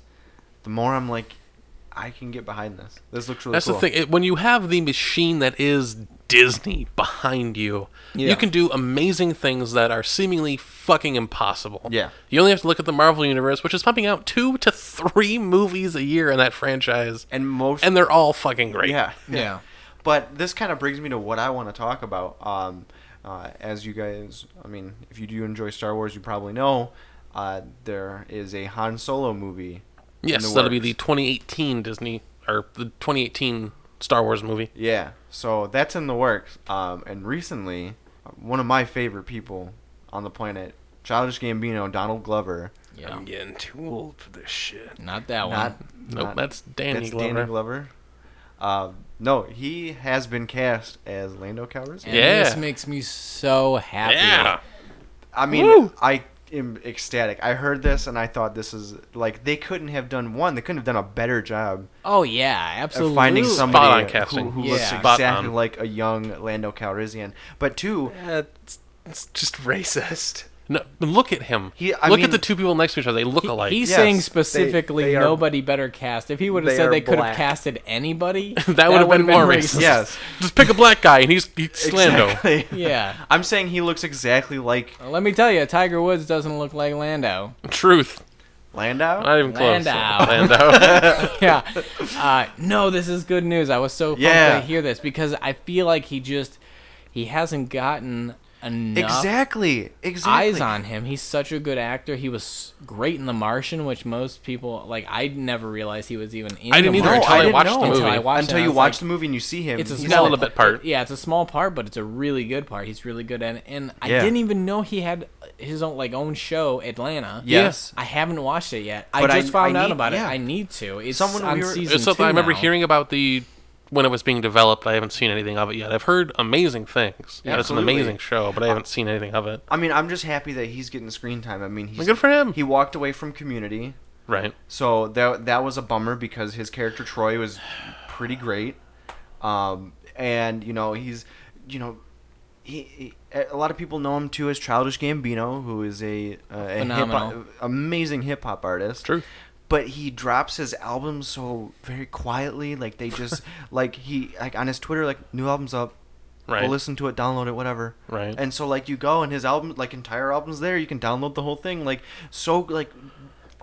A: the more I'm like, I can get behind this. This looks really
C: That's
A: cool.
C: the thing. It, when you have the machine that is Disney behind you,
D: Yeah.
C: you can do amazing things that are seemingly fucking impossible.
A: Yeah.
C: You only have to look at the Marvel Universe, which is pumping out two to three movies a year in that franchise,
A: And most
C: and they're all fucking great.
A: yeah
D: Yeah.
A: But this kind of brings me to what I want to talk about. Um, uh, as you guys, I mean, if you do enjoy Star Wars, you probably know uh, there is a Han Solo movie. in
C: Yes,
A: the
C: that'll be
A: works.
C: the 2018 Disney or the 2018 Star Wars movie.
A: Yeah, so that's in the works. Um, and recently, uh, one of my favorite people on the planet, Childish Gambino, Donald Glover.
D: yeah.
B: getting too old for this shit.
D: Not that one.
A: Not,
C: Oh, Nope,
A: not-
C: that's Danny
A: that's
C: Glover.
A: Danny Glover. Um, no, he has been cast as Lando Calrissian.
D: And
C: Yeah.
D: This makes me so happy.
C: Yeah.
A: I mean,
C: Woo!
A: I am ecstatic. I heard this and I thought this is like they couldn't have done one. They couldn't have done a better job
D: Oh yeah, absolutely.
A: of finding somebody
C: on
A: who-
C: casting.
A: who, looks
D: Yeah.
C: Spot
A: exactly
C: on.
A: like a young Lando Calrissian. But two,
B: Uh, it's, it's just racist.
C: No, but look at him.
A: He- I
C: look
A: mean-
C: at the two people next to each other. They look
D: He-
C: alike.
D: he's
A: Yes,
D: saying
A: they-
D: specifically
A: they are-
D: nobody better cast. If he would have
A: they
D: said
A: are
D: they could have
A: black.
D: casted anybody,
C: that would have
D: would've
C: been more racist.
A: Yes.
C: Just pick a black guy and he's, he's Lando.
A: exactly.
D: Yeah.
A: I'm saying he looks exactly like
D: Let me tell you, Tiger Woods doesn't look like Lando.
C: Truth.
A: Landau.
C: Not even close.
D: Landau.
C: Landau.
D: yeah. Uh, no, this is good news. I was so pumped
A: Yeah.
D: to hear this because I feel like he just he hasn't gotten enough
A: Exactly. Exactly.
D: eyes on him. He's such a good actor. He was great in The Martian, which most people like. I never realized he was even in.
C: I didn't
D: the
C: either
D: Martian.
C: until I,
A: I didn't
C: watched
A: know.
C: the movie.
D: Until I watched it,
A: Until
D: I
A: you
D: was
A: watch
D: like,
A: the movie and you see him.
D: It's a
A: he's
C: a
D: small
C: little bit part.
D: Yeah, it's a small part, but it's a really good part. He's really good at it, and I
A: Yeah.
D: didn't even know he had his own like own show, Atlanta.
A: Yes.
D: I haven't watched it yet.
A: But
D: I
A: I-
D: just found
A: I
D: out
A: need-
D: about
A: yeah.
D: it. I need to. It's
A: Someone
D: on
A: we were-
D: season
C: It's something I
D: two
C: remember
D: now.
C: hearing about the when it was being developed. I haven't seen anything of it yet. I've heard amazing things. Yeah, it's an
A: Absolutely.
C: amazing show, but I haven't seen anything of it.
A: I mean, I'm just happy that he's getting screen time. I mean, he's
C: Good for him.
A: He walked away from Community,
C: Right.
A: so that that was a bummer because his character Troy was pretty great, um, and you know he's you know he, he a lot of people know him too as Childish Gambino, who is a, uh, a
D: Phenomenal.
A: hip amazing hip hop artist.
C: True.
A: But he drops his albums so very quietly, like they just like he like on his Twitter like new albums up,
C: Right.
A: Go listen to it, download it, whatever.
C: Right.
A: And so like you go and his album, like entire album's there. You can download the whole thing. Like so like
D: And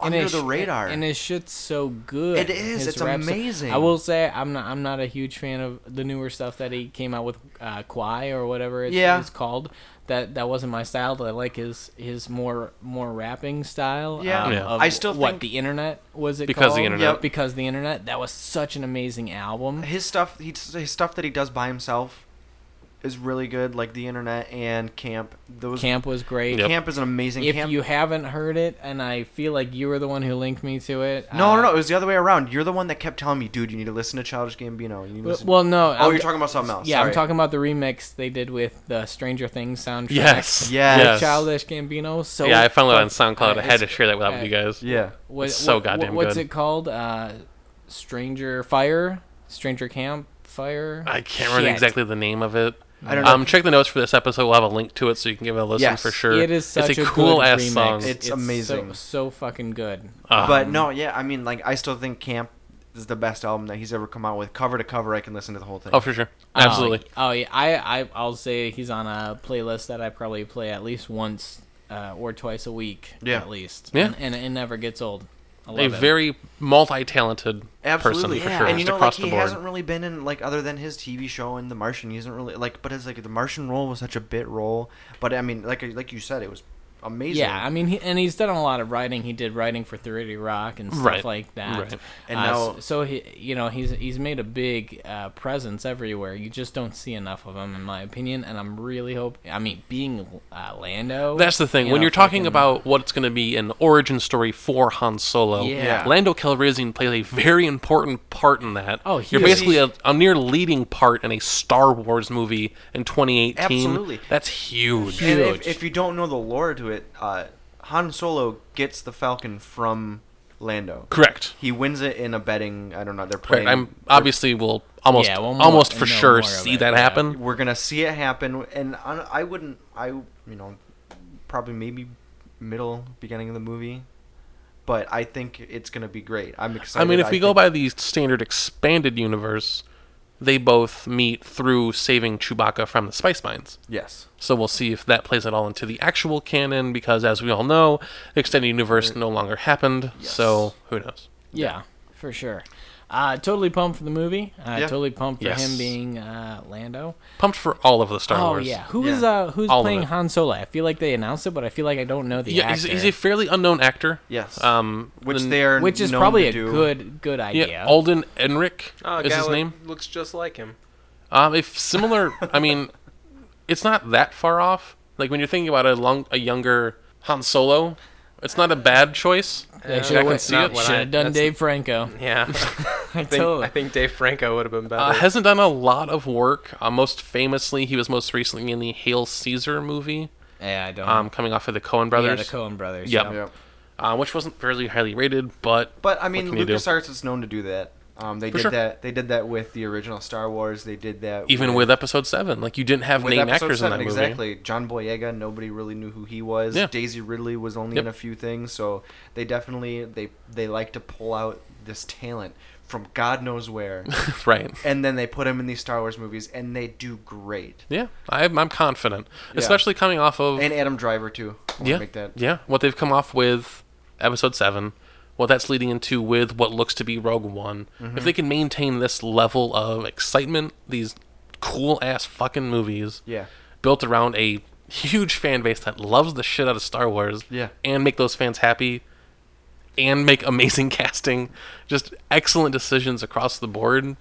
A: under
D: his
A: the
D: sh-
A: radar.
D: and his shit's so good.
A: It is, it's
D: rap's so-
A: amazing.
D: I will say, I'm not. I'm not a huge fan of the newer stuff that he came out with, uh, Kwai or whatever it's,
A: Yeah.
D: it's called. That that wasn't my style. But I like his his more more rapping style.
A: Yeah.
D: um,
C: Yeah.
D: of
A: I still
D: what
A: think-
D: the internet was it
C: Because the
D: called?
C: Internet.
A: Yep.
D: because the internet. That was such an amazing album.
A: his stuff, he, his stuff that he does by himself, is really good. Like the internet and camp. Those camp,
D: Camp was great.
C: Yep.
A: is an amazing.
D: If
A: camp.
D: you haven't heard it, and I feel like you were the one who linked me to it.
A: no,
D: uh,
A: no, no. It was the other way around. You're the one that kept telling me, dude, you need to listen to Childish Gambino. You need to
D: w-
A: listen.
D: Well,
A: oh,
D: no. I'm-
A: you're talking about something else.
D: Yeah, I'm
A: Sorry.
D: talking about the remix they did with the Stranger Things soundtrack.
C: Yes.
A: Yes.
D: With Childish Gambino. So
C: yeah, I found that on
D: fuck-
C: SoundCloud. I
D: uh,
C: had to
D: it's-
C: share that with
D: uh,
C: you guys.
A: Yeah.
D: what-
C: It's so
D: what-
C: goddamn
D: What's
C: good.
D: it called? Uh, Stranger Fire, Stranger Camp Fire.
C: I can't remember
D: Shit.
C: exactly the name of it.
A: I don't know.
C: Um, check the notes for this episode. We'll have a link to it so you can give it a listen
A: Yes.
C: for sure.
D: It is such
C: it's a,
D: a,
C: cool
D: good
C: ass
D: remix.
C: song.
A: It's amazing.
D: So, so fucking good.
C: Uh,
A: but no, yeah. I mean, like, I still think camp is the best album that he's ever come out with, cover to cover. I can listen to the whole thing.
C: oh, for sure, absolutely.
D: Oh, yeah, I, I I'll say he's on a playlist that I probably play at least once uh, or twice a week.
A: Yeah.
D: At least.
C: Yeah.
D: And, and it never gets old. I love
C: a
D: it.
C: very multi-talented
A: Absolutely,
C: person for
A: yeah.
C: sure,
A: and you
C: just
A: know, like
C: across
A: he
C: the board.
A: hasn't really been in like other than his TV show and The Martian. He hasn't really like, but it's like the Martian role was such a bit role. But I mean, like uh, like you said, it was amazing.
D: Yeah, I mean, he, and he's done a lot of writing. He did writing for 30 Rock and stuff
C: Right,
D: like that.
C: right.
A: And
D: Uh,
A: now-
D: s- so he, you know, he's he's made a big uh, presence everywhere. You just don't see enough of him, in my opinion. And I'm really hope. I mean, being uh, Lando.
C: That's the thing.
D: you
C: when
D: know,
C: you're talking
D: fucking-
C: about what it's going to be an origin story for Han Solo,
D: Yeah.
C: Lando Calrissian plays a very important part in that.
D: Oh,
C: you're
D: huge.
C: basically a, a near leading part in a Star Wars movie in 2018.
A: Absolutely.
C: that's huge.
A: And
D: Huge.
A: if, if you don't know the lore to it, uh, Han Solo gets the Falcon from Lando.
C: Correct.
A: He wins it in a betting. I don't know. They're
C: Correct.
A: playing.
C: I'm obviously will almost
D: Yeah, we'll more-
C: almost for
D: know more
C: sure
D: of
C: see
D: it,
C: that
D: yeah.
C: happen.
A: we're gonna see it happen, and I, I wouldn't. I you know probably maybe middle beginning of the movie. But I think it's gonna be great. I'm
C: I
A: excited.
C: mean, if we go
A: think-
C: by the standard expanded universe, they both meet through saving Chewbacca from the spice mines.
A: yes,
C: So we'll see if that plays at all into the actual canon, because as we all know, the extended universe no longer happened.
A: Yes.
C: So who knows?
D: Yeah, for sure. Uh, totally pumped for the movie. Uh,
A: Yeah.
D: Totally pumped for
C: Yes.
D: him being uh, Lando.
C: Pumped for all of the Star
D: oh
C: Wars.
D: yeah, who is
A: Yeah.
D: uh, who's
C: All of
D: playing
C: it.
D: Han Solo? I feel like they announced it, but I feel like I don't know the
C: yeah. He's,
D: actor.
C: he's a fairly unknown actor.
A: yes.
C: Um,
A: which
C: the-
A: they are
D: which is
A: known
D: probably
A: to
D: a
A: do.
D: good good
C: yeah,
D: idea.
C: Alden Enric
A: Ah,
B: Oh,
C: is
B: guy
C: his
B: look-
C: name.
B: Looks just like him.
C: Um, if similar, I mean, it's not that far off. Like when you're thinking about a long, a younger Han Solo, it's not a bad choice.
D: They
B: Uh,
D: should have
B: that's
D: went.
B: not what
D: Should
B: I-
D: have done
B: that's-
D: Dave Franco.
B: Yeah. I, think,
D: Totally.
B: I think Dave Franco would have been better.
C: Uh, hasn't done a lot of work. Uh, most famously, he was most recently in the Hail Caesar movie,
D: Yeah, I don't.
C: um, coming off of the Coen
D: yeah,
C: brothers,
D: the Cohen brothers.
C: Yep.
A: Yeah.
C: uh, which wasn't fairly highly rated, but
A: But I
C: What
A: mean,
C: can you do?
A: LucasArts is known to do that. Um, they
C: For
A: did
C: sure.
A: that. They did that with the original Star Wars. They did that
C: even with Episode Seven, like you didn't have
A: with
C: name
A: Episode
C: actors in
A: seven,
C: that movie.
A: Exactly. John Boyega. Nobody really knew who he was.
C: Yeah.
A: Daisy Ridley was only in
C: Yep.
A: a few things. So they definitely they they like to pull out this talent from God knows where,
C: right?
A: and then they put him in these Star Wars movies, and they do great.
C: Yeah, I'm, I'm confident,
A: Yeah.
C: especially coming off of
A: And Adam Driver too. I wanna
C: yeah,
A: Make that.
C: yeah, what they've come off with, Episode Seven, what that's leading into with what looks to be Rogue One.
A: Mm-hmm.
C: If they can maintain this level of excitement, these cool ass fucking movies,
A: Yeah.
C: built around a huge fan base that loves the shit out of Star Wars.
A: Yeah.
C: And make those fans happy and make amazing casting. Just excellent decisions across the board.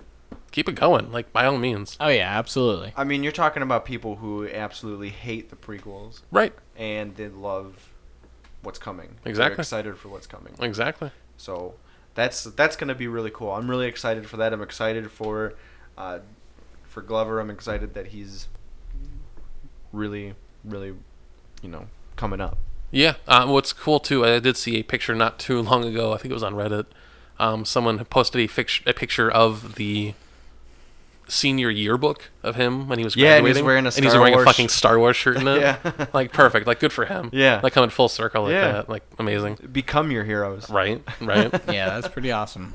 C: Keep it going, like by all means.
D: Oh yeah, absolutely.
A: I mean, you're talking about people who absolutely hate the prequels
C: Right.
A: and they love what's coming. They're
C: Exactly.
A: excited for what's coming.
C: Exactly.
A: So that's that's gonna be really cool. I'm really excited for that. I'm excited for uh, for Glover. I'm excited that he's really, really, you know, coming up.
C: Yeah. Uh, what's cool too, I did see a picture not too long ago. I think it was on Reddit. Um, someone had posted a, fict- a picture of the senior yearbook of him when he was
A: Yeah, and
C: graduating.
A: he's wearing a
C: and he's
A: Star
C: wearing
A: Wars-
C: a fucking Star Wars shirt in it.
A: Yeah.
C: Like perfect. Like good for him.
A: Yeah.
C: Like coming full circle like
A: Yeah.
C: that. Like amazing.
A: Become your heroes.
C: Right. Right.
D: Yeah, that's pretty awesome.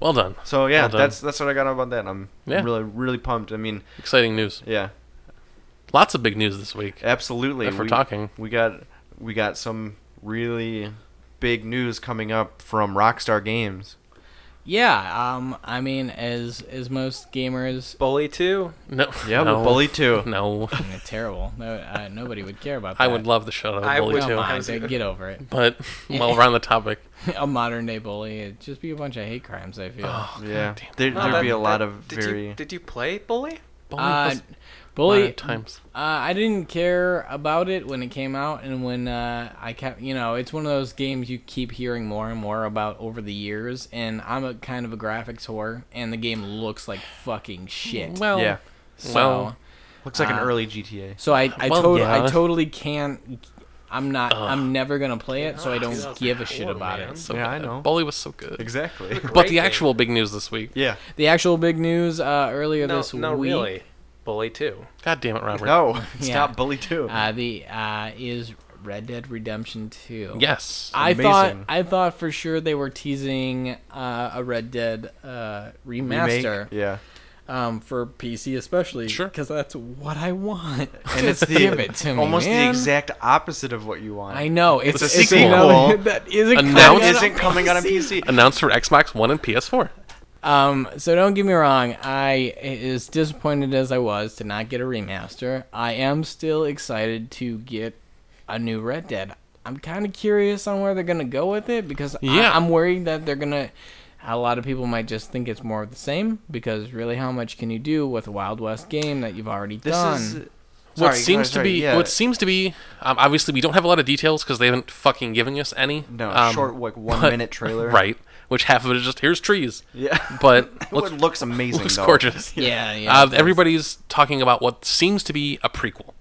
C: well done.
A: So yeah,
C: Well done.
A: that's that's what I got about that. I'm
C: Yeah.
A: really really pumped. I mean,
C: Exciting news.
A: yeah,
C: Lots of big news this week.
A: absolutely.
C: If we're talking.
A: we got we got some really big news coming up from Rockstar Games.
D: Yeah, um, I mean, as as most gamers,
B: Bully too.
C: No.
A: Yeah,
C: no,
A: with Bully Two.
C: No.
D: I mean, terrible. No, uh, nobody would care about. That.
C: I would love the shout out
B: I
C: of Bully
B: would-
D: Come
C: too.
D: on, dude, get over it.
C: But while we're on the topic,
D: a modern day bully, it'd just be a bunch of hate crimes. I feel.
C: oh,
A: Yeah,
C: goddamn.
A: there,
B: No,
A: there'd
B: that-
A: be a lot
B: that-
A: of
B: did
A: very.
B: You, did you play Bully?
C: Bully
D: uh,
C: was
D: bully.
C: modern times.
D: Uh, I didn't care about it when it came out, and when uh, I kept, you know, it's one of those games you keep hearing more and more about over the years. And I'm a kind of a graphics whore, and the game looks like fucking shit.
C: Well,
A: yeah,
D: so,
C: well,
A: looks like an
D: uh,
A: early GTA.
D: so I, I,
C: well,
D: tot-
C: yeah.
D: I totally can't. I'm not. I'm never gonna play it, so I
B: Yeah.
D: don't give a shit about
C: man,
D: it.
C: so
A: Yeah, I
C: good.
A: know.
C: Bully was so good.
A: Exactly.
C: But the
B: game.
C: actual big news this week.
A: yeah.
D: The actual big news uh, earlier
B: No,
D: this
B: no,
D: week.
B: really. Bully too.
C: God damn it, Robert.
A: No,
D: Yeah.
A: stop Bully Two.
D: Uh, the uh, is Red Dead Redemption Two.
C: Yes.
D: I
A: Amazing.
D: thought I thought for sure they were teasing uh, a Red Dead uh,
A: Remake?
D: remaster
A: Yeah.
D: um, for PC especially,
C: Sure.
D: because that's what I want.
A: And it's the
D: give it to me,
A: almost the
D: man.
A: exact opposite of what you want.
D: I know it's,
C: a
D: it's
C: sequel.
D: another- that isn't coming
C: Announced-
D: out on
A: isn't coming out on
D: PC.
A: PC.
C: Announced for Xbox One and PS4.
D: Um, so don't get me wrong. I as disappointed as I was to not get a remaster, I am still excited to get a new Red Dead. I'm kind of curious on where they're gonna go with it because
C: Yeah.
D: I, I'm worried that they're gonna. A lot of people might just think it's more of the same because really, how much can you do with a Wild West game that you've already
A: This
D: done?
A: is
C: what
A: Sorry,
C: seems
A: sorry,
C: to be
A: yeah.
C: what seems to be um, obviously we don't have a lot of details because they haven't fucking given us any.
A: no
C: Um,
A: short like one minute trailer.
C: Right. Which half of it is just here's trees.
A: Yeah.
C: But
A: It looks,
C: looks,
A: looks amazing.
C: looks
A: though.
C: gorgeous.
D: yeah, yeah.
C: Uh, everybody's talking about what seems to be a prequel.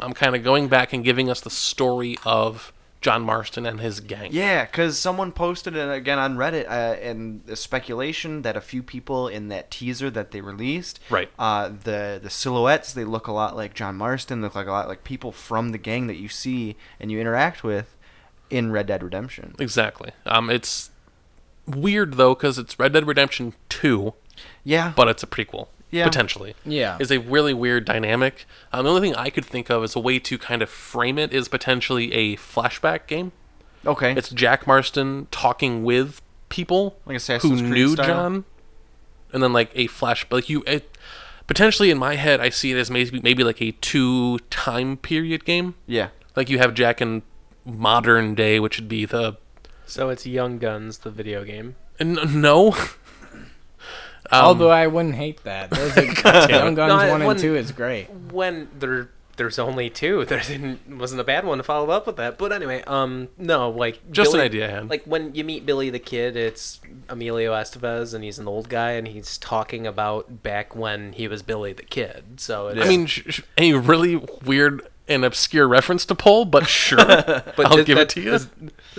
C: I'm kind of going back and giving us the story of John Marston and his gang.
A: Yeah, because someone posted it again on Reddit, uh, and the speculation that a few people in that teaser that they released,
C: Right.
A: Uh, the the silhouettes they look a lot like John Marston, look like a lot like people from the gang that you see and you interact with in Red Dead Redemption.
C: Exactly. Um, it's weird though because it's Red Dead Redemption Two,
A: Yeah,
C: but it's a prequel.
A: Yeah.
C: Potentially.
D: Yeah.
C: Is a really weird dynamic. Um, the only thing I could think of as a way to kind of frame it is potentially a flashback game.
A: okay,
C: It's Jack Marston talking with people
A: Like Assassin's
C: who
A: Creed
C: knew
A: style?
C: John, and then like a flash. Like you, it, potentially in my head, I see it as maybe maybe like a two time period game.
A: yeah,
C: Like you have Jack in modern day, which would be the
B: So it's Young Guns, the video game.
C: n- no. Um,
D: Although I wouldn't hate that. Those are, Young Guns
B: No, I
D: One and
B: wouldn't-
D: Two is great.
B: When there there's only two, there didn't wasn't a bad one to follow up with that. But anyway, um, no, like
C: Just an idea I had.
B: Like when you meet Billy the Kid, it's Emilio Estevez, and he's an old guy, and he's talking about back when he was Billy the Kid. So it's,
C: I mean, sh- sh- a really weird and obscure reference to pull, but sure, I'll
B: that-
C: give
B: that
C: it to you.
B: is-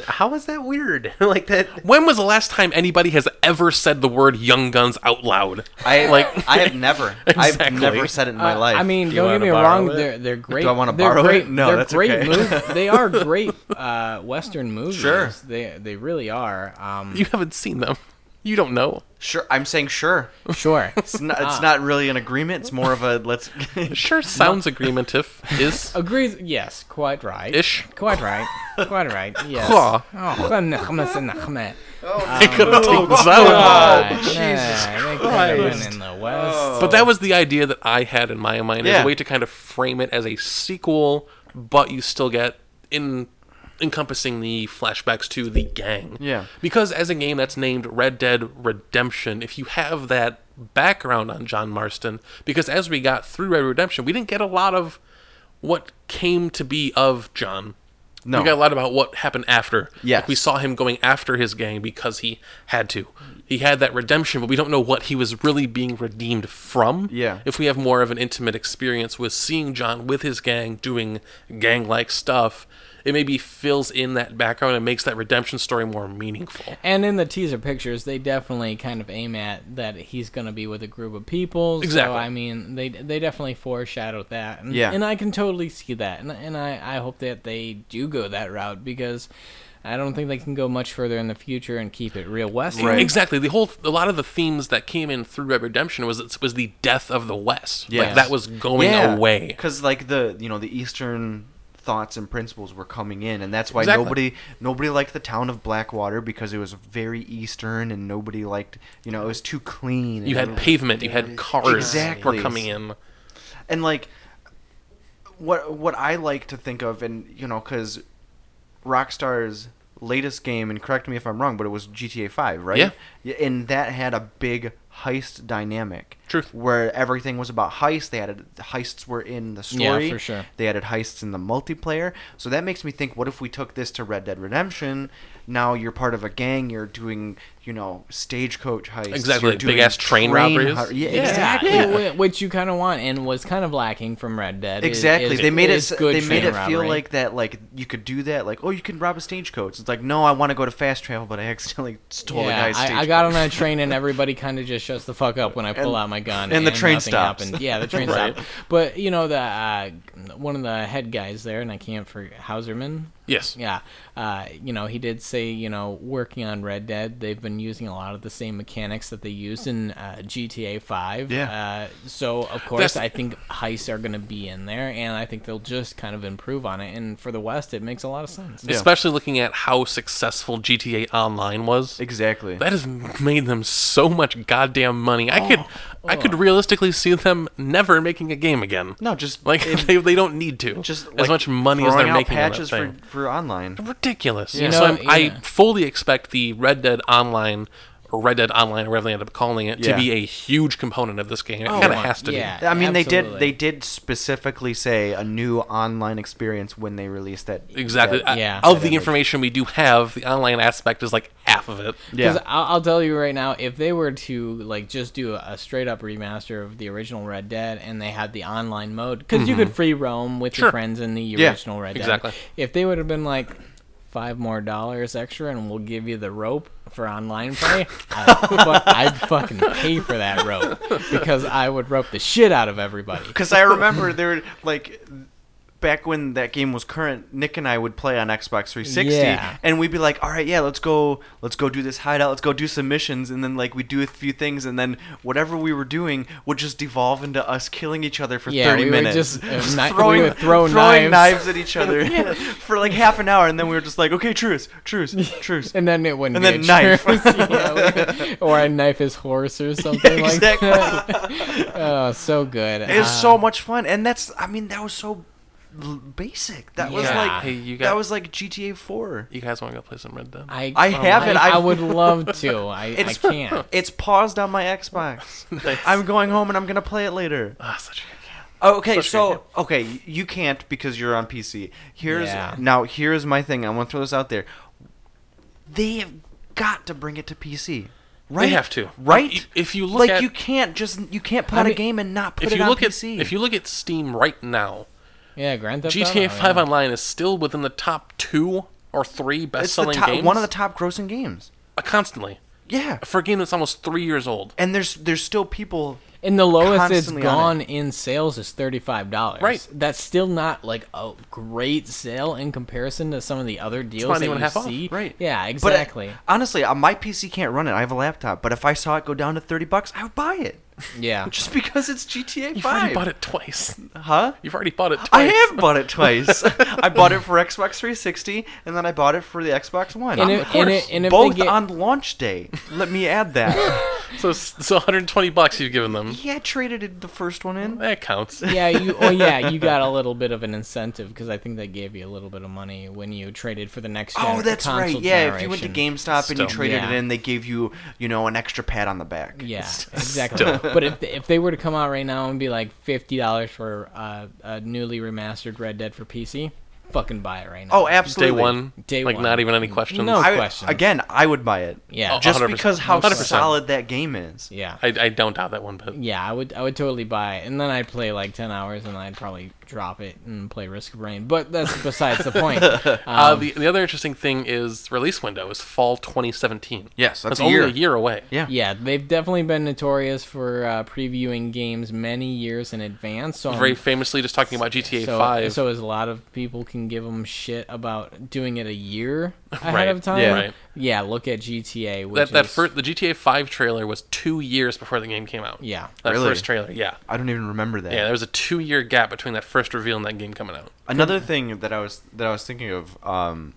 B: how is that weird? like that.
C: when was the last time anybody has ever said the word "young guns" out loud?
A: I like I have never, I've
C: Exactly.
A: never said it in my
D: Uh,
A: life.
D: I mean,
B: Do you
D: don't get
B: wanna
D: me
B: borrow
D: wrong.
B: it?
D: They're they're great.
A: I wanna
D: they're
A: borrow
D: great,
A: it? No,
D: they're
A: that's
D: great
A: okay.
D: mov- they are great uh, Western movies.
A: Sure.
D: they they really are. Um,
C: You haven't seen them. You don't know.
A: sure, I'm saying sure.
D: sure.
A: It's not,
D: Ah.
A: it's not really an agreement. It's more of a let's.
C: Sure, sounds agreementative. Is
D: Agrees. Yes, quite right.
C: ish.
D: Quite right. quite right. Yes.
C: Huh.
D: Oh, khum, khum, khum, khum.
C: They could
A: Oh,
C: have taken us out.
D: Uh, nah, they could have been
B: Christ.
D: in the West.
C: But that was the idea that I had in my mind as
A: Yeah.
C: a way to kind of frame it as a sequel but you still get in encompassing the flashbacks to the gang.
A: Yeah.
C: Because as a game that's named Red Dead Redemption, if you have that background on John Marston, because as we got through Red Redemption, we didn't get a lot of what came to be of John.
A: No.
C: We got a lot about what happened after.
A: Yes.
C: Like we saw him going after his gang because he had to. He had that redemption, but we don't know what he was really being redeemed from.
A: Yeah.
C: If we have more of an intimate experience with seeing John with his gang doing gang like stuff, it maybe fills in that background and makes that redemption story more meaningful.
D: And in the teaser pictures, they definitely kind of aim at that he's going to be with a group of people.
C: Exactly.
D: So I mean, they they definitely foreshadowed that. And,
A: Yeah.
D: And I can totally see that. And and I I hope that they do go that route because I don't think they can go much further in the future and keep it real western.
A: Right.
C: Exactly. The whole a lot of the themes that came in through Red Redemption was was the death of the West.
A: Yes.
C: Like that was going away.
A: because like the you know the eastern thoughts and principles were coming in and that's why
C: Exactly.
A: nobody nobody liked the town of blackwater because it was very eastern and nobody liked you know it was too clean
C: You
A: and
C: had pavement, you had cars
A: Exactly.
C: were coming in.
A: and like what what I like to think of, and you know, because Rockstar's latest game, and correct me if I'm wrong, but it was GTA Five, right?
C: Yeah.
A: Y- And that had a big heist dynamic.
C: Truth.
A: Where everything was about heist. They added heists were in the story.
D: for sure.
A: They added heists in the multiplayer. So that makes me think: what if we took this to Red Dead Redemption? Now you're part of a gang. You're doing, you know, stagecoach heists.
C: Exactly,
A: you're doing
C: big-ass train robberies.
A: hei- yeah,
C: Yeah.
A: exactly.
D: Exactly, wh- which you kind of want, and was kind of lacking from Red Dead. is-
A: Exactly.
D: is-
A: they made it.
D: is
A: s-
D: good
A: They made
D: train
A: it feel
D: robbery.
A: like that. Like you could do that. Like oh, you can rob a stagecoach. It's like no, I want to go to fast travel, but I accidentally stole a
D: yeah,
A: guy's stagecoach.
D: I, I got on that train and everybody kind of just shuts the fuck up when I
A: And-
D: pull out my gun.
A: and the train
D: nothing
A: stops.
D: Happened. Yeah, the train
C: Right.
D: stopped. But you know the uh, one of the head guys there, and I can't for Hauserman.
C: Yes.
D: Yeah, uh, you know he did say you know working on Red Dead, they've been using a lot of the same mechanics that they used in uh, GTA Five.
A: Yeah.
D: Uh, so of course
C: That's-
D: I think heists are going to be in there, and I think they'll just kind of improve on it. And for the West, it makes a lot of sense.
A: Yeah.
C: Especially looking at how successful GTA Online was.
A: exactly.
C: That has made them so much goddamn money. I could I could realistically see them never making a game again.
A: Oh. no, just
C: Like
A: it-
C: they, they don't need to.
A: just
C: as
A: like,
C: much money as
A: throwing
C: they're
A: out
C: making on that
A: patches
C: thing.
A: for for online.
C: ridiculous.
D: You
C: so
D: know,
C: I'm, I
D: yeah.
C: fully expect the Red Dead Online, or Red Dead Online, or whatever they end up calling it,
A: Yeah. Oh, uh,
C: to be a huge component of this game. It kind of has to
D: Oh, yeah.
C: be.
A: I mean,
D: absolutely.
A: they did. They did specifically say a new online experience when they released that.
C: Exactly.
A: that-
C: I-
D: yeah.
C: of
A: That
C: the
A: image.
C: information we do have, the online aspect is like half of it.
A: yeah.
D: Because I'll, I'll tell you right now, if they were to like just do a straight up remaster of the original Red Dead and they had the online mode, because you could free roam with your
C: Sure.
D: friends in the
A: Mm-hmm. Yeah,
D: original Red Dead.
C: exactly.
D: If they would have been like five more dollars extra and we'll give you the rope for online play, I'd, fuck, I'd fucking pay for that rope because I would rope the shit out of everybody.
A: Because I remember there were like back when that game was current, Nick and I would play on Xbox 360,
D: Yeah.
A: and we'd be like, "All right, yeah, let's go, let's go do this hideout, let's go do some missions," and then like we would do a few things, and then whatever we were doing would just devolve into us killing each other for
D: Yeah,
A: 30
D: we would
A: minutes,
D: just, uh,
A: Just
D: kni- we would throw
A: throwing
D: knives.
A: knives. at each other for like half an hour, and then we were just like, "Okay, truce, truce, truce."
D: And then it wouldn't
A: And
D: be
A: then
D: a
A: knife.
D: choice, you know? or I knife his horse or something
A: exactly.
D: like that. oh, so good.
A: It was
D: Uh,
C: Ah.
A: so much fun, and that's I mean that was so l- basic. That was
D: Yeah.
A: like
C: Hey, you
A: that
C: got-
A: was like GTA 4.
C: You guys want to go play some Red Dead?
D: I,
A: I haven't.
D: I, I
A: I've-
D: would love to. I, I
A: It's-
D: can't.
A: It's paused on my Xbox. I'm going home and I'm gonna play it later.
C: Ah, such a good game.
A: Oh, Okay,
C: Such a
A: so
C: good
A: okay, y- you can't because you're on PC. Here's
D: Yeah.
A: now here's my thing. I want to throw this out there. They have got to bring it to PC. Right?
C: have to.
A: Right?
C: If- if you look
A: like
C: at-
A: you can't just you can't put out a
D: mean,
A: game and not put
C: If
A: it
C: you
A: on
C: look at
A: PC.
C: if you look at Steam right now,
D: Yeah, Grand Theft Auto,
C: GTA Five
D: yeah.
C: Online is still within the top two or three
A: it's the
C: best-selling
A: top,
C: games.
A: one of the top grossing games.
C: uh, constantly
A: Yeah.
C: for a game that's almost three years old.
A: And there's there's still people
D: And the lowest it's
A: constantly on
D: gone in sales is thirty five dollars.
C: Right.
D: That's still not like a great sale in comparison to some of the other deals
C: not
D: that
C: even
D: you
C: half off,
D: see.
C: right.
D: Yeah.
A: But uh,
D: Exactly.
A: honestly, uh, my PC can't run it. I have a laptop, but if I saw it go down to 30 bucks, I would buy it.
D: yeah.
A: Just because it's GTA
C: You've
A: 5.
C: already bought it twice.
A: Huh?
C: You've already bought it twice.
A: I have bought it twice. I bought it for Xbox 360, and then I bought it for the Xbox One.
D: And if, and, if- and if they
A: Both
D: get,
A: on launch day. Let me add that.
C: So so 120 bucks you've given them.
A: Yeah, traded it- the first one in.
C: That counts.
D: yeah, you. Oh, yeah, you got a little bit of an incentive because I think they gave you a little bit of money when you traded for the next. gen-
A: Oh, that's
D: console
A: right. Yeah, if you
D: generation.
A: went to GameStop and you
C: Still.
A: traded
D: Yeah.
A: it in, they gave you, you know, an extra pat on the back.
D: Yeah,
C: Still.
D: exactly. But if if they were to come out right now and be like fifty dollars for uh, a newly remastered Red Dead for PC, fucking buy it right now.
A: Oh, absolutely.
C: Day one.
D: Day
C: like
D: one.
C: not even any questions.
D: No.
A: I,
D: questions.
A: again, I would buy it.
D: yeah,
C: oh,
A: Just
C: 100%.
A: because how
C: 100%.
A: solid that game is.
D: yeah,
C: I, I don't doubt that one bit.
D: yeah. I would I would totally buy it, and then I'd play like ten hours, and I'd probably drop it and play Risk of Rain. But that's besides the point.
C: uh,
D: Um,
C: the, the other interesting thing is release window is fall 2017.
A: Yes, that's a
C: only
A: year.
C: a year away.
A: Yeah.
D: yeah, they've definitely been notorious for uh, previewing games many years in advance. So I'm
C: Very famously, just talking about GTA
D: so,
C: 5.
D: So as a lot of people can give them shit about doing it a year ahead
C: Right,
D: of time.
A: yeah.
C: Right.
D: Yeah, look at GTA. Which
C: that that
D: is-
C: first the GTA 5 trailer was two years before the game came out.
D: Yeah.
C: That
A: Really?
C: first trailer, yeah.
A: I don't even remember that.
C: Yeah, there was a two year gap between that first reveal and that game coming out.
A: Another thing that I was that I was thinking of, um,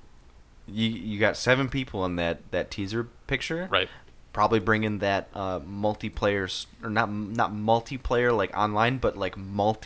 A: you you got seven people in that that teaser picture,
C: Right.
A: Probably bring in that uh, multiplayer s- or not not multiplayer like online, but like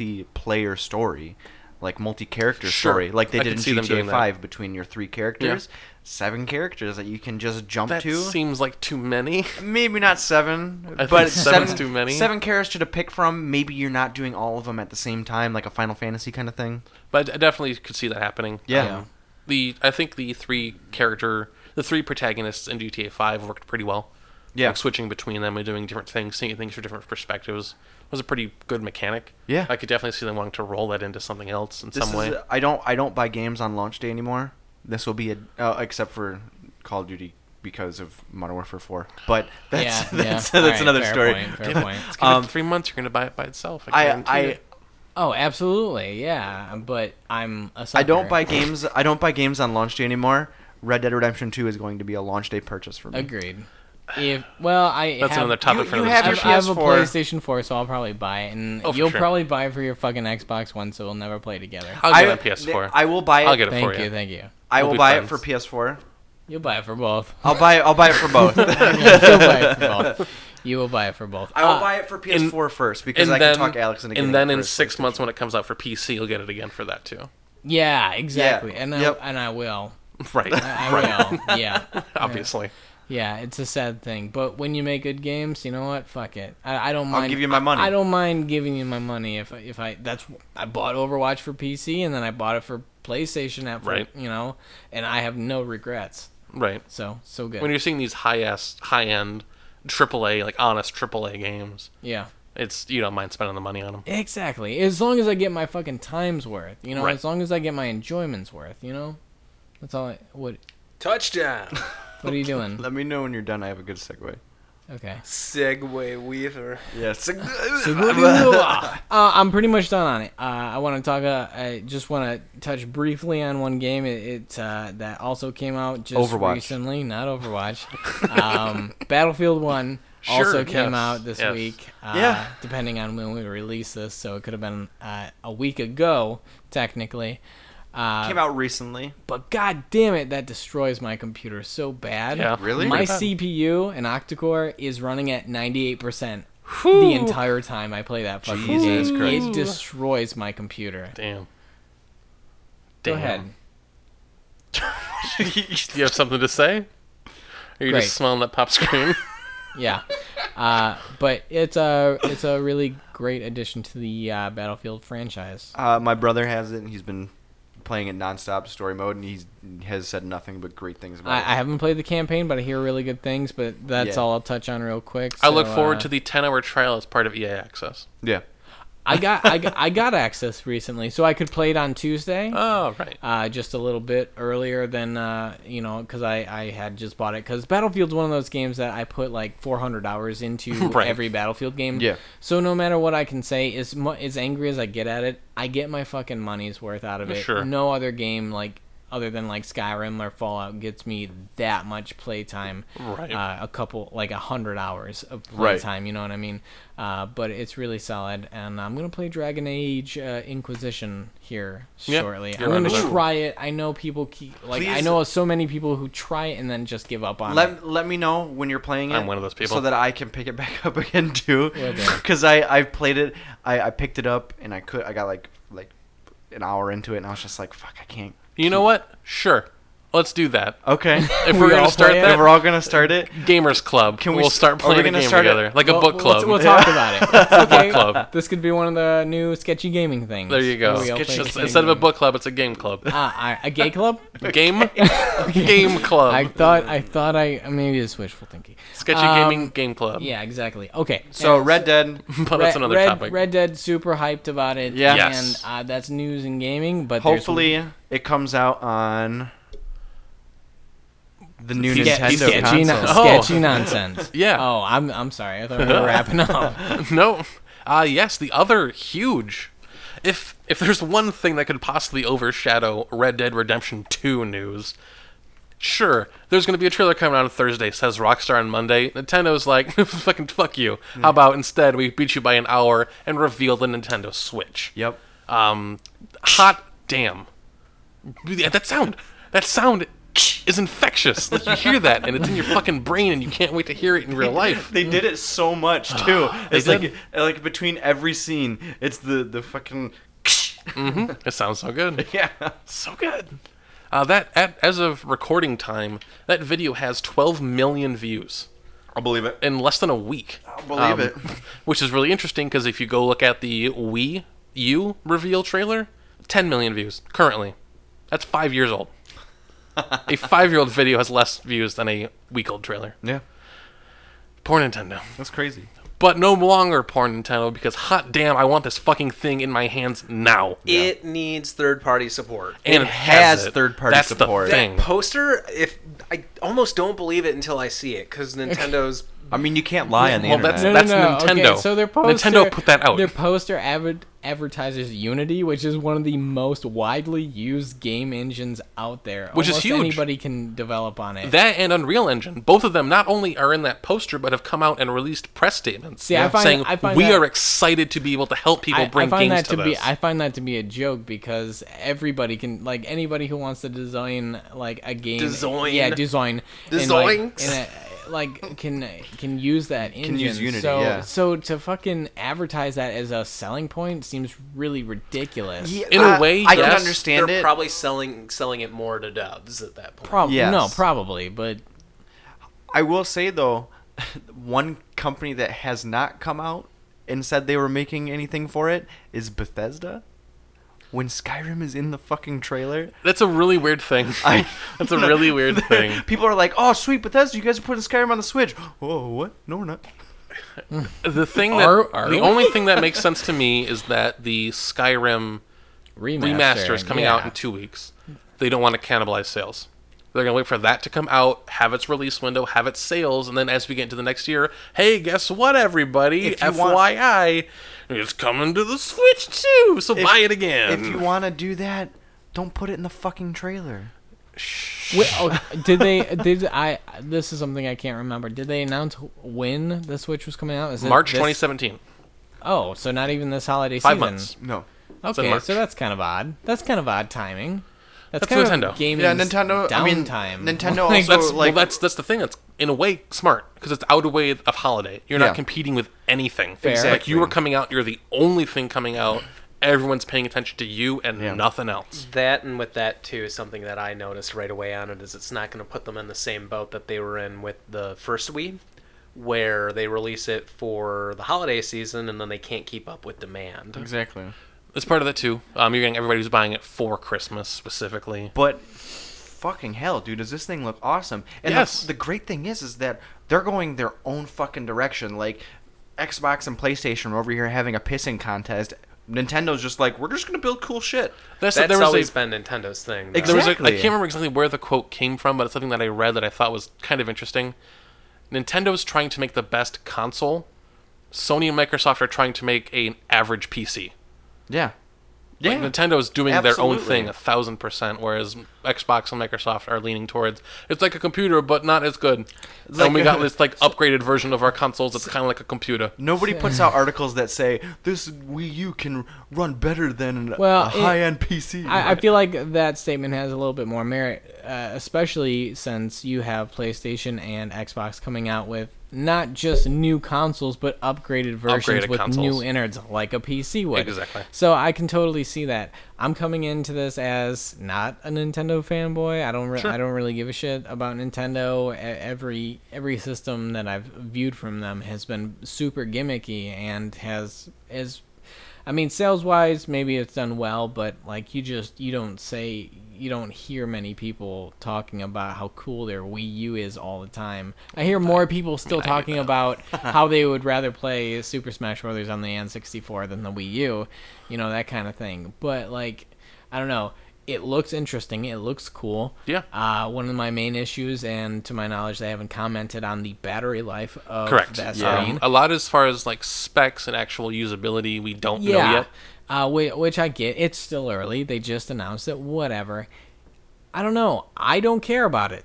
A: multiplayer story, like multi-character
C: Sure.
A: story, like they
C: I
A: did
C: could
A: in
C: see them doing
A: GTA
C: that.
A: Five between your three characters, seven characters that you can just jump
C: That
A: to.
C: seems like too many.
A: Maybe not seven,
C: I think
A: but
C: seven's
A: seven,
C: too many.
A: Seven characters to pick from. Maybe you're not doing all of them at the same time, like a Final Fantasy kind of thing.
C: But I definitely could see that happening. Um,
A: Yeah.
D: Yeah.
C: The I think the three character the three protagonists in GTA five worked pretty well.
A: Yeah.
C: Like switching between them and doing different things, seeing things from different perspectives was a pretty good mechanic.
A: Yeah.
C: I could definitely see them wanting to roll that into something else in
A: This
C: some
A: is-
C: way.
A: I don't. I don't buy games on launch day anymore. This will be a uh, except for Call of Duty because of Modern Warfare Four. But that's
D: yeah,
A: that's,
D: yeah.
A: that's
D: Alright,
A: another
D: fair
A: story.
D: point, fair point.
C: It's gonna be
A: um,
C: three months you're gonna buy it by itself. I
A: I
C: guarantee
A: I
C: it.
D: Oh, absolutely. Yeah, but I'm a sucker.
A: I don't buy games. I don't buy games on launch day anymore. Red Dead Redemption Two is going to be a launch day purchase for me.
D: Agreed. If well, I
C: that's
D: have,
C: another topic
A: you-
C: for
A: you
C: another
A: have
D: I
A: your
C: discussion.
D: have, I have a
A: PS4.
D: PlayStation 4, so I'll probably buy it, and
C: Oh, for
D: you'll
C: sure.
D: probably buy it for your fucking Xbox One, so we'll never play together.
C: I'll get it
A: I-
C: on PS4.
A: I will buy it.
C: I'll get it
D: Thank
C: for
D: you,
C: you.
D: thank you.
A: I
C: We'll
A: will
C: be
A: buy
C: friends.
A: it for PS4.
D: You'll buy it for both.
A: I'll buy. I'll buy it for both. I
D: You'll buy it for both. You will buy it for both.
A: will
D: Uh,
A: buy it for PS4 first because
C: Ah. and
A: I
C: then,
A: can talk Alex into getting
C: and then
A: it
C: in
A: first.
C: six months when it comes out for PC, you'll get it again for that too.
D: Yeah, exactly. And I,
A: Yep.
D: and I will.
C: Right.
D: I will. Yeah.
C: Obviously.
D: Yeah, it's a sad thing. But when you make good games, you know what? Fuck it. I, I don't
A: I'll
D: mind.
A: give you my money.
D: I don't mind giving you my money if I- if I that's I bought Overwatch for PC and then I bought it for PlayStation at
C: Right.
D: you know, and I have no regrets.
C: Right.
D: So so good.
C: when you're seeing these high ass high end AAA like honest AAA games,
D: yeah.
C: it's you don't mind spending the money on them.
D: Exactly. As long as I get my fucking time's worth, you know.
C: Right.
D: As long as I get my enjoyment's worth, you know. That's all. I, what
B: Touchdown.
D: What are you doing?
A: Let me know when you're done. I have a good segue.
D: Okay.
B: Segway Weaver.
A: Yes.
D: uh, I'm pretty much done on it. Uh, I want to talk. Uh, I just want to touch briefly on one game. It, it uh, that also came out just
A: Overwatch.
D: recently, not Overwatch. um, Battlefield One also
C: Sure,
D: came
C: yes,
D: out this
C: yes.
D: week. Uh,
A: Yeah.
D: Depending on when we release this, so it could have been uh, a week ago technically. Uh,
A: Came out recently.
D: but god damn it, that destroys my computer so bad.
C: Yeah.
A: Really?
D: My
A: Pretty bad.
D: CPU and octa-core is running at 98%
C: Whew.
D: the entire time I play that fucking
A: Jesus
D: game.
A: Christ.
D: It destroys my computer.
C: Damn. Damn.
D: Go ahead.
C: Do you have something to say? Or are you
D: Great.
C: just smiling at pop screen?
D: Yeah. Uh, but it's a it's a really great addition to the uh, Battlefield franchise.
A: Uh, my brother has it. and He's been playing it nonstop story mode, and he's has said nothing but great things about
D: I,
A: it.
D: I haven't played the campaign, but I hear really good things. But that's
A: Yeah.
D: all I'll touch on real quick.
C: I look
D: so,
C: forward
D: uh,
C: to the 10 hour trial as part of EA Access.
A: yeah.
D: I got I got, I got access recently, so I could play it on Tuesday.
C: Oh, right.
D: uh, just a little bit earlier than uh, you know because I, I had just bought it because battlefield's one of those games that i put like 400 hours into
C: Right.
D: every battlefield game
A: Yeah.
D: so no matter what i can say as, mu- as angry as i get at it i get my fucking money's worth out of it
C: Sure.
D: no other game like other than like Skyrim or Fallout gets me that much playtime.
C: Right.
D: Uh, a couple like a hundred hours of
A: Right.
D: playtime. You know what I mean? Uh, but it's really solid, and I'm gonna play Dragon Age uh, Inquisition here
C: Yep.
D: shortly.
C: You're
D: I'm gonna
C: on the-
D: try it. I know people keep like I
A: Please-
D: know so many people who try it and then just give up on it.
A: Let, let me know when you're playing it.
C: I'm one of those people.
A: So that I can pick it back up again too.
D: Will do.
A: Because I I played it. I, I picked it up and I could I got like like an hour into it and I was just like fuck I can't.
C: You know what? Sure. Let's do that.
A: Okay.
C: If
D: We
C: we're
D: all
C: gonna start
D: play it?
C: that,
A: if we're all gonna start it.
C: gamers club.
A: Can
C: Can
A: we
C: we will
A: s- are
C: start
A: we
C: playing a
A: gonna
C: game
A: start it?
C: together, like a
D: Well,
C: book
D: we'll-
C: club.
D: We'll, talk about it. It's okay.
C: club.
D: This could be one of the new sketchy gaming things.
C: there you go.
D: Where we all
C: It's-
D: play
C: Instead
D: sketchy
C: of a
D: gaming.
C: book club, it's a game club.
D: Ah, I- a gay club.
C: Game, game club.
D: I thought I thought I maybe it's wishful thinking.
C: Sketchy
D: Um,
C: gaming game club.
D: Yeah, exactly. Okay.
A: So
D: And
A: Red Dead.
C: but oh, that's
D: Red-
C: another
D: Red,
C: topic.
D: Red Dead super hyped about it.
A: Yeah.
C: Yes.
D: And uh, that's news in gaming, but there's-
A: Hopefully it comes out on the new
D: Ske-
A: Nintendo
D: sketchy,
A: console.
D: non-
C: Oh.
D: sketchy nonsense.
C: Yeah.
D: Oh, I'm I'm sorry. I thought we were wrapping up.
C: no. Ah, yes, the other huge. If if there's one thing that could possibly overshadow Red Dead Redemption 2 news, sure, there's going to be a trailer coming out on Thursday, says Rockstar on Monday. Nintendo's like, fucking fuck you.
A: Hmm.
C: How about instead we beat you by an hour and reveal the Nintendo Switch?
A: Yep.
C: Um, hot damn. Yeah, that sound. That sound is infectious. Like you hear that, and it's in your fucking brain, and you can't wait to hear it in real life.
A: They did it so much too. It's
C: They
A: like
C: did.
A: like between every scene, it's the the fucking
C: hmm It sounds so good.
A: yeah.
C: So good. Uh, that at, as of recording time, that video has 12 million views
A: I'll believe it.
C: in less than a week. I
A: believe it.
C: Which is really interesting because if you go look at the Wii U reveal trailer, 10 million views currently. That's five years old. a five-year-old video has less views than a week-old trailer.
A: Yeah,
C: Poor Nintendo.
A: that's crazy.
C: But no longer poor Nintendo because hot damn, I want this fucking thing in my hands now.
B: It needs third party support.
C: and
A: it has third-party
C: That's
A: support.
C: The
A: That
C: thing.
B: Poster, if I almost don't believe it until I see it because Nintendo's
A: I mean, you can't lie on the
C: Well,
A: internet.
C: Uh, that's- Nintendo.
D: Okay, so their poster,
C: Nintendo put that out.
D: Their poster adver- advertises Unity, which is one of the most widely used game engines out there.
C: Which is
D: Almost
C: huge.
D: Anybody can develop on it.
C: That and Unreal Engine, both of them not only are in that poster, but have come out and released press statements
D: See, I find-
C: saying
D: I find
C: we
D: that-
C: are excited to be able to help people
D: I,
C: bring
D: I find
C: games
D: that to, be
C: this."
D: I find that to be a joke because everybody can like anybody who wants to design like a game
B: Design.
D: yeah design and, like,
B: Designs.
D: in a- like can can use that engine
A: use Unity,
D: so
A: yeah.
D: so to fucking advertise that as a selling point seems really ridiculous
C: In a way,
A: I can
C: yes.
A: understand
B: they're
A: it.
B: probably selling selling it more to doves at that point.
D: Probably
A: Yes.
D: no, probably, but
A: I will say though, one company that has not come out and said they were making anything for it is Bethesda. When Skyrim is in the fucking trailer,
C: That's a really weird thing.
A: I-
C: That's a really weird thing.
A: people are like, "Oh, sweet Bethesda, you guys are putting Skyrim on the Switch." Whoa, what? No, we're not.
C: The thing that
D: Are- are
C: the
D: we?
C: only thing that makes sense to me is that the Skyrim
D: remaster,
C: remaster is coming out
D: yeah.
C: in two weeks. They don't want to cannibalize sales. They're gonna wait for that to come out, have its release window, have its sales, and then as we get into the next year, hey, guess what, everybody?
A: If you want-
C: FYI, it's coming to the Switch too, so buy it again.
A: If you want to do that, don't put it in the fucking trailer.
D: Wait, oh, did they? Did I? This is something I can't remember. Did they announce when the Switch was coming out? Is it
C: March
D: this-
C: 2017,
D: Oh, so not even this holiday
C: five
D: season.
C: months.
A: No.
C: in
D: Okay,
C: March.
D: so that's kind of odd. That's kind of odd timing. That's,
C: That's
D: kind
C: Nintendo.
D: of gaming.
A: Yeah, Nintendo. I mean,
D: downtime.
A: Nintendo
D: Like,
A: also
C: That's
A: like
C: well, that's that's the thing. That's in a way smart because it's out of way of holiday. You're
A: Yeah.
C: not competing with anything.
D: Fair.
C: Like you were coming out, you're the only thing coming out. Everyone's paying attention to you and
A: Yeah.
C: nothing else.
B: That and with that too is something that I noticed right away on it is it's not going to put them in the same boat that they were in with the first Wii, where they release it for the holiday season and then they can't keep up with demand.
A: exactly.
C: That's part of that too. Um, you're getting everybody who's buying it for Christmas specifically.
A: But fucking hell, dude, does this thing look awesome? And the-
C: Yes.
A: the, great thing is, is that they're going their own fucking direction. Like Xbox and PlayStation are over here having a pissing contest. Nintendo's just like, we're just gonna build cool shit.
C: That's,
B: That's
C: there was
B: always
C: a,
B: been Nintendo's thing.
A: Exactly.
C: there was a, I
A: Exactly.
C: can't remember exactly where the quote came from, but it's something that I read that I thought was kind of interesting. Nintendo's trying to make the best console. Sony and Microsoft are trying to make an average PC.
A: Yeah.
C: Like,
A: Yeah.
C: Nintendo's doing their own
A: Absolutely.
C: thing a thousand percent, whereas Xbox and Microsoft are leaning towards it's like a computer but not as good. and
A: like
C: we
A: a-
C: got this like upgraded version of our consoles. It's kind of like a computer.
A: Nobody puts out articles that say this Wii U can run better than
D: Well,
A: a
D: it-
A: high-end PC.
D: I, I feel like that statement has a little bit more merit, uh, especially since you have PlayStation and Xbox coming out with not just new consoles, but upgraded versions
C: Upgraded
D: with
C: consoles.
D: new innards like a PC would.
C: Exactly.
D: So I can totally see that. I'm coming into this as not a Nintendo fanboy. I don't. Re- I don't really give a shit about Nintendo. E- Every every system that I've viewed from them has been super gimmicky and has is. I mean, sales wise, maybe it's done well, but like you just you don't say you don't hear many people talking about how cool their Wii U is all the time. I hear more people still talking about how they would rather play Super Smash Brothers on the N64 than the Wii U, you know that kind of thing. But like, I don't know. It looks interesting. It looks cool.
C: Yeah.
D: Uh, one of my main issues, and to my knowledge, they haven't commented on the battery life of
C: Correct.
D: that
A: Yeah.
D: screen.
C: Um, a lot as far as like specs and actual usability, we don't know
D: Yeah.
C: yet.
D: Uh, whi- which I get. It's still early. They just announced it. Whatever. I don't know. I don't care about it.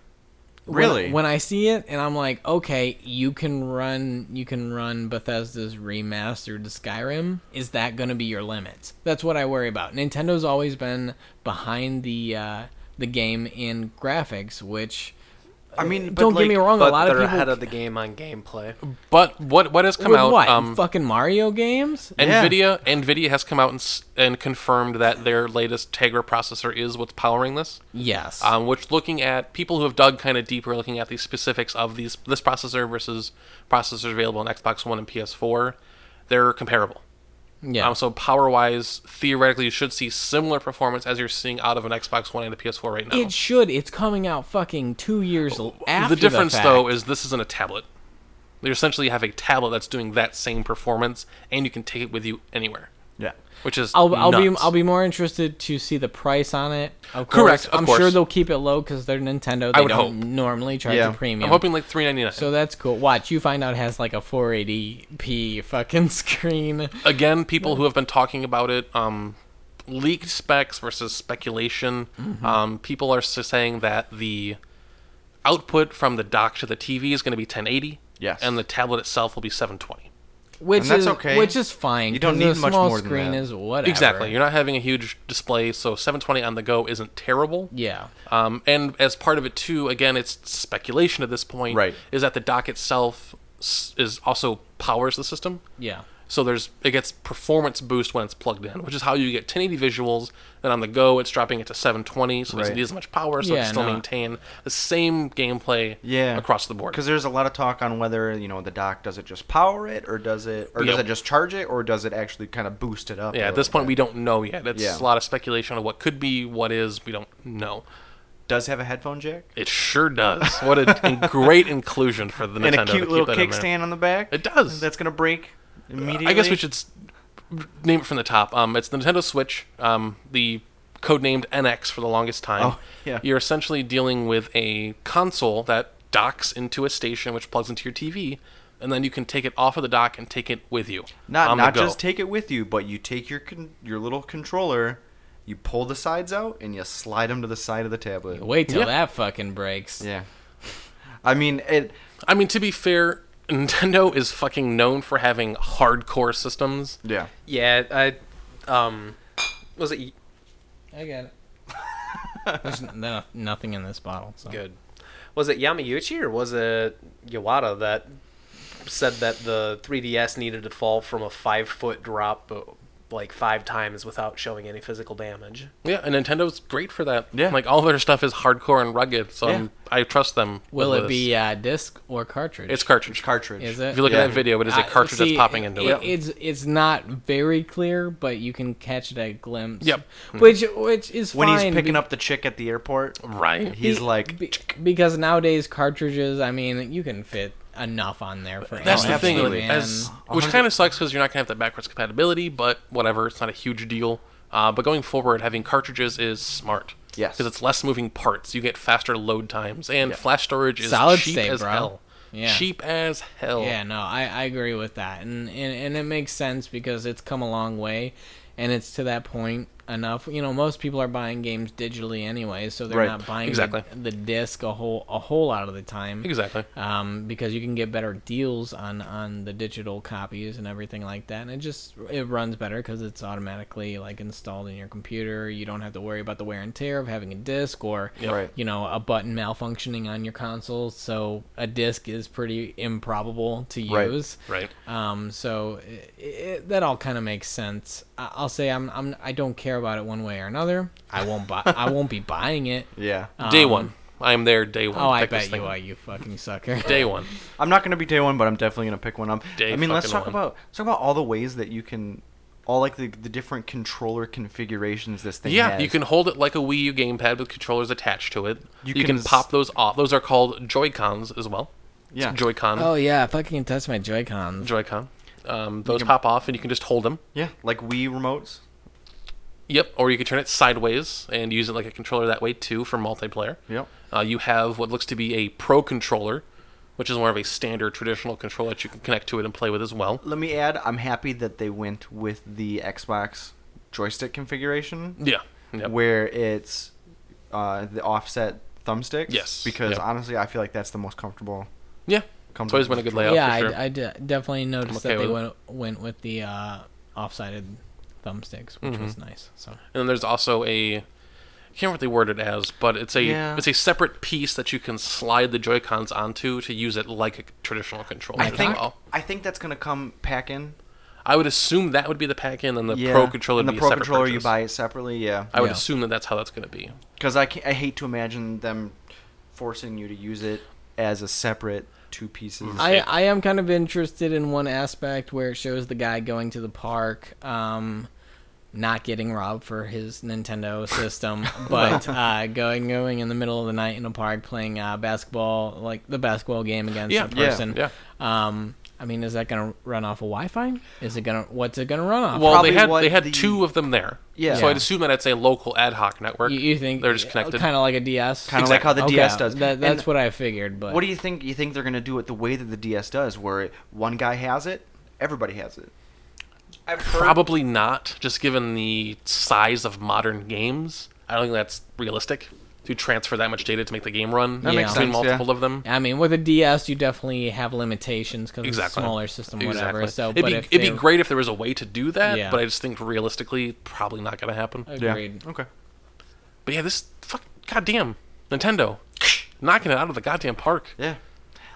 D: When-
A: Really?
D: When, I see it and I'm like, okay, you can run, you can run Bethesda's remastered Skyrim. Is that going to be your limit? That's what I worry about. Nintendo's always been behind the uh, the game in graphics, which
A: I mean, but
D: don't
A: like,
D: get me wrong. A
B: But
D: lot of
B: they're
D: people
B: ahead of the game on gameplay.
C: But what what has come
D: With
C: out?
D: what
C: um,
D: fucking Mario games.
A: Yeah.
C: Nvidia Nvidia has come out and, s- and confirmed that their latest Tegra processor is what's powering this.
D: Yes.
C: Um, which looking at people who have dug kind of deeper, looking at the specifics of these this processor versus processors available on Xbox One and PS4, they're comparable.
D: yeah.
C: Um, so power wise, theoretically, you should see similar performance as you're seeing out of an Xbox One and a PS4 right now.
D: It should. It's coming out fucking two years l- after
C: the difference
D: fact.
C: though is this isn't a tablet. You essentially have a tablet that's doing that same performance, and you can take it with you anywhere,
A: yeah.
C: which is
D: I'll, I'll be
C: nuts.
D: I'll be more interested to see the price on it. Of course.
C: Correct, of
D: I'm
C: course.
D: sure they'll keep it low because they're Nintendo. They
C: would hope.
D: don't normally charge
A: Yeah.
D: a premium.
C: I'm hoping like 3.99.
D: so that's cool. Watch, you find out it has like a 480p fucking screen.
C: again, people who have been talking about it, um, leaked specs versus speculation.
D: Mm-hmm.
C: Um, people are s- saying that the output from the dock to the TV is going to be 1080.
A: Yes.
C: And the tablet itself will be 720.
D: Which
A: And that's
D: is
A: okay.
D: Which is fine.
A: You don't
D: 'cause
A: need
D: the
A: much
D: small
A: more than
D: screen
A: that.
D: is whatever.
C: Exactly. You're not having a huge display, so 720 on the go isn't terrible.
D: Yeah.
C: Um, and as part of it too, again, it's speculation at this point.
A: Right.
C: Is that the dock itself s- is also powers the system?
D: Yeah.
C: So there's it gets performance boost when it's plugged in, which is how you get 1080 visuals. Then on the go, it's dropping it to 720, so it doesn't
A: Right.
C: need as much power, so it
D: Yeah,
C: can still
D: no.
C: maintain the same gameplay
A: Yeah.
C: across the board.
A: Because there's a lot of talk on whether you know the dock does it just power it, or does it, or does
C: Yep.
A: it just charge it, or does it actually kind of boost it up?
C: Yeah, at this point we don't know yet. It's
A: Yeah.
C: a lot of speculation on what could be, what is. We don't know.
A: does have a headphone jack
C: It sure does. What a in- great inclusion for the
A: and
C: Nintendo
A: a
C: to
A: cute
C: keep
A: little
C: that in there.
A: kickstand on the back.
C: It does.
A: That's gonna break immediately.
C: I guess we should s- name it from the top. Um, it's the Nintendo Switch. Um, the codenamed NX for the longest time.
A: Oh, yeah.
C: You're essentially dealing with a console that docks into a station, which plugs into your TV, and then you can take it off of the dock and take it with you.
A: Not
C: on the
A: not
C: go.
A: just take it with you, but you take your con- your little controller, you pull the sides out, and you slide them to the side of the tablet.
D: Wait till
C: Yeah.
D: that fucking breaks.
A: Yeah. I mean it.
C: I mean, to be fair, Nintendo is fucking known for having hardcore systems.
A: Yeah.
B: Yeah, I um was it
D: I got it. There's n- no, nothing in this bottle. So.
B: good? Was it Yamauchi or was it Yawada that said that the 3DS needed to fall from a five foot drop uh, like five times without showing any physical damage?
C: Yeah, and Nintendo's great for that.
A: Yeah.
C: Like all their stuff is hardcore and rugged, so I'm, I trust them.
D: Will
C: with
D: it
C: this.
D: be uh, disc or cartridge?
C: It's cartridge.
A: Cartridge.
D: Is it?
C: If you look
A: Yeah.
C: at that video, it is a
D: I-
C: cartridge
D: see,
C: that's popping into it.
D: It's it's not very clear, but you can catch it at a glimpse.
C: Yep. Hmm.
D: Which which is
A: When
D: fine
A: he's picking
D: be-
A: up the chick at the airport,
C: Right.
A: he's like,
D: be- because nowadays cartridges. I mean, you can fit enough on there for.
C: That's
A: Oh,
C: the thing,
A: absolutely.
C: like, as, which kind of sucks because you're not gonna have that backwards compatibility, but whatever, it's not a huge deal. Uh, but going forward, having cartridges is smart.
A: Yes.
C: because it's less moving parts. You get faster load times, and flash storage is
D: Solid
C: cheap
D: state,
C: as
D: bro.
C: hell.
D: Yeah.
C: Cheap as hell.
D: Yeah, no, I, I agree with that, and, and and it makes sense because it's come a long way, and it's to that point. enough. You know, most people are buying games digitally anyway, so they're
A: Right.
D: not buying
C: Exactly.
D: the, the disc a whole a whole lot of the time.
C: Exactly.
D: Um, because you can get better deals on on the digital copies and everything like that, and it just it runs better because it's automatically like installed in your computer. You don't have to worry about the wear and tear of having a disc or
A: Yep. Right.
D: you know a button malfunctioning on your console. So a disc is pretty improbable to
A: Right.
D: use.
C: Right.
D: Um, so i i that all kind of makes sense. I- I'll say I'm, I'm I don't care about it one way or another. I won't buy. I won't be buying it.
A: Yeah.
C: day
D: Um,
C: one. I'm there day one.
D: Oh, I
C: Pick this
D: bet you
C: thing
D: are,
C: up.
D: you fucking sucker.
C: Day one.
A: I'm not gonna be day one, but I'm definitely gonna pick one up.
C: Day
A: I mean, let's
C: fucking
A: talk
C: one.
A: about let's talk about all the ways that you can, all like the, the different controller configurations this thing
C: Yeah,
A: has.
C: you can hold it like a Wii U gamepad with controllers attached to it. You,
A: You can
C: can,
A: s-
C: pop those off. Those are called Joy Cons as well. It's
A: Yeah.
C: Joy-Con.
D: Oh yeah, if I can touch my Joy Cons.
C: Joy-Con. Um, those
A: can-
C: pop off, and you can just hold them.
A: Yeah, like Wii remotes.
C: Yep, or you could turn it sideways and use it like a controller that way too for multiplayer.
A: Yep.
C: Uh, you have what looks to be a pro controller, which is more of a standard traditional controller that you can connect to it and play with as well.
A: Let me add, I'm happy that they went with the Xbox joystick configuration.
C: Yeah. Yep.
A: where it's uh, the offset thumbsticks.
C: Yes,
A: Because
C: yep.
A: honestly, I feel like that's the most comfortable.
C: yeah.
A: Come
C: It's always
A: to-
C: been a good
D: Yeah,
C: layout
D: I,
C: for sure.
D: I de- definitely noticed
C: okay
D: that they
C: with
D: went went with the uh, offsided thumbsticks, which
C: Mm-hmm.
D: was nice. So
C: And then there's also a I can't remember what they word it as, but it's a
A: Yeah.
C: it's a separate piece that you can slide the Joy Cons onto to use it like a traditional controller
A: I
C: as
A: think
C: well.
A: I think that's gonna come pack in.
C: I would assume that would be the pack in, and the
A: yeah.
C: Pro controller.
A: and
C: would
A: the
C: be a
A: pro
C: separate
A: controller you
C: purchase.
A: buy it separately. Yeah. Uh,
C: I would
D: Yeah.
C: assume that that's how that's going to be.
A: Because I ca- I hate to imagine them forcing you to use it as a separate two pieces.
D: I, I am kind of interested in one aspect where it shows the guy going to the park, um, not getting robbed for his Nintendo system, but uh, going going in the middle of the night in a park playing uh, basketball, like the basketball game against
C: Yeah,
D: a
A: yeah,
D: person.
C: yeah.
D: Um, I mean, is that gonna run off of Wi-Fi? Is it gonna? What's it gonna run off?
C: Well,
A: Probably
C: they had
A: what
C: they had
A: the-
C: two of them there.
A: Yeah.
C: So
D: Yeah.
C: I'd assume that it's a local ad hoc network.
D: you, you think
C: they're just connected?
D: Kind of like a DS.
A: Kind of like how the
D: Okay,
A: DS does.
D: That,
A: And
D: that's what I figured. But
A: What do you think? You think they're gonna do it the way that the DS does, where it, one guy has it, everybody has it.
B: I've heard
C: Probably not, just given the size of modern games. I don't think that's realistic to transfer that much data to make the game run
D: That makes
C: between
A: sense,
C: multiple
A: yeah.
C: of them.
D: I mean, with a DS, you definitely have limitations because it's a
C: Exactly.
D: smaller system, whatever.
C: Exactly.
D: So,
C: it'd
D: but
C: be,
D: if
C: it'd be
D: they-
C: great if there was a way to do that,
D: Yeah. Uh,
C: but I just think realistically, probably not going to happen.
D: Agreed.
A: Okay.
C: But yeah, this fuck, goddamn Nintendo knocking it out of the goddamn park.
A: Yeah.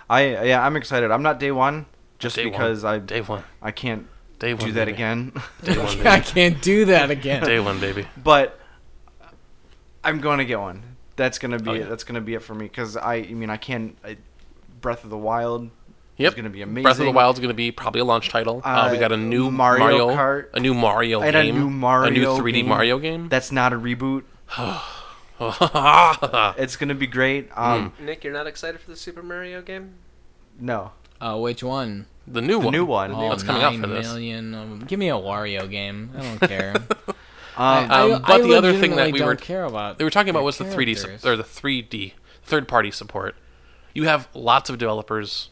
A: I yeah I'm excited. I'm not day one just
C: Day one.
A: because I
C: Day one,
A: I can't
C: day one.
A: do that
C: baby.
A: again.
C: Day one,
D: I
C: baby.
D: can't do that again.
C: day one, baby.
A: but I'm going to get one. That's gonna be
C: Oh,
A: it.
C: yeah.
A: that's gonna be it for me because I, I mean I can I, Breath of the Wild
C: Yep.
A: is gonna be amazing.
C: Breath of the Wild's going to be probably a launch title. Uh, we
A: Uh,
C: got a new
A: Mario Kart.
C: a new Mario
A: and
C: game,
A: a new Mario,
C: a new 3D
A: game
C: Mario game.
A: That's not a reboot. It's gonna be great.
C: Hmm.
A: Um,
B: Nick, you're not excited for the Super Mario game?
A: no,
D: Uh, which one?
C: the
A: the
C: new one.
A: new one.
D: All
C: What's coming out for
D: nine
C: this?
D: million of 'em. give me a Wario game. I don't care.
A: Um,
D: I,
C: Um, but the other thing that
D: legitimately
C: we
D: don't
C: were-
D: care about.
C: they were talking about
D: their
C: was the 3D su-
D: characters.
C: or the 3D third party support. You have lots of developers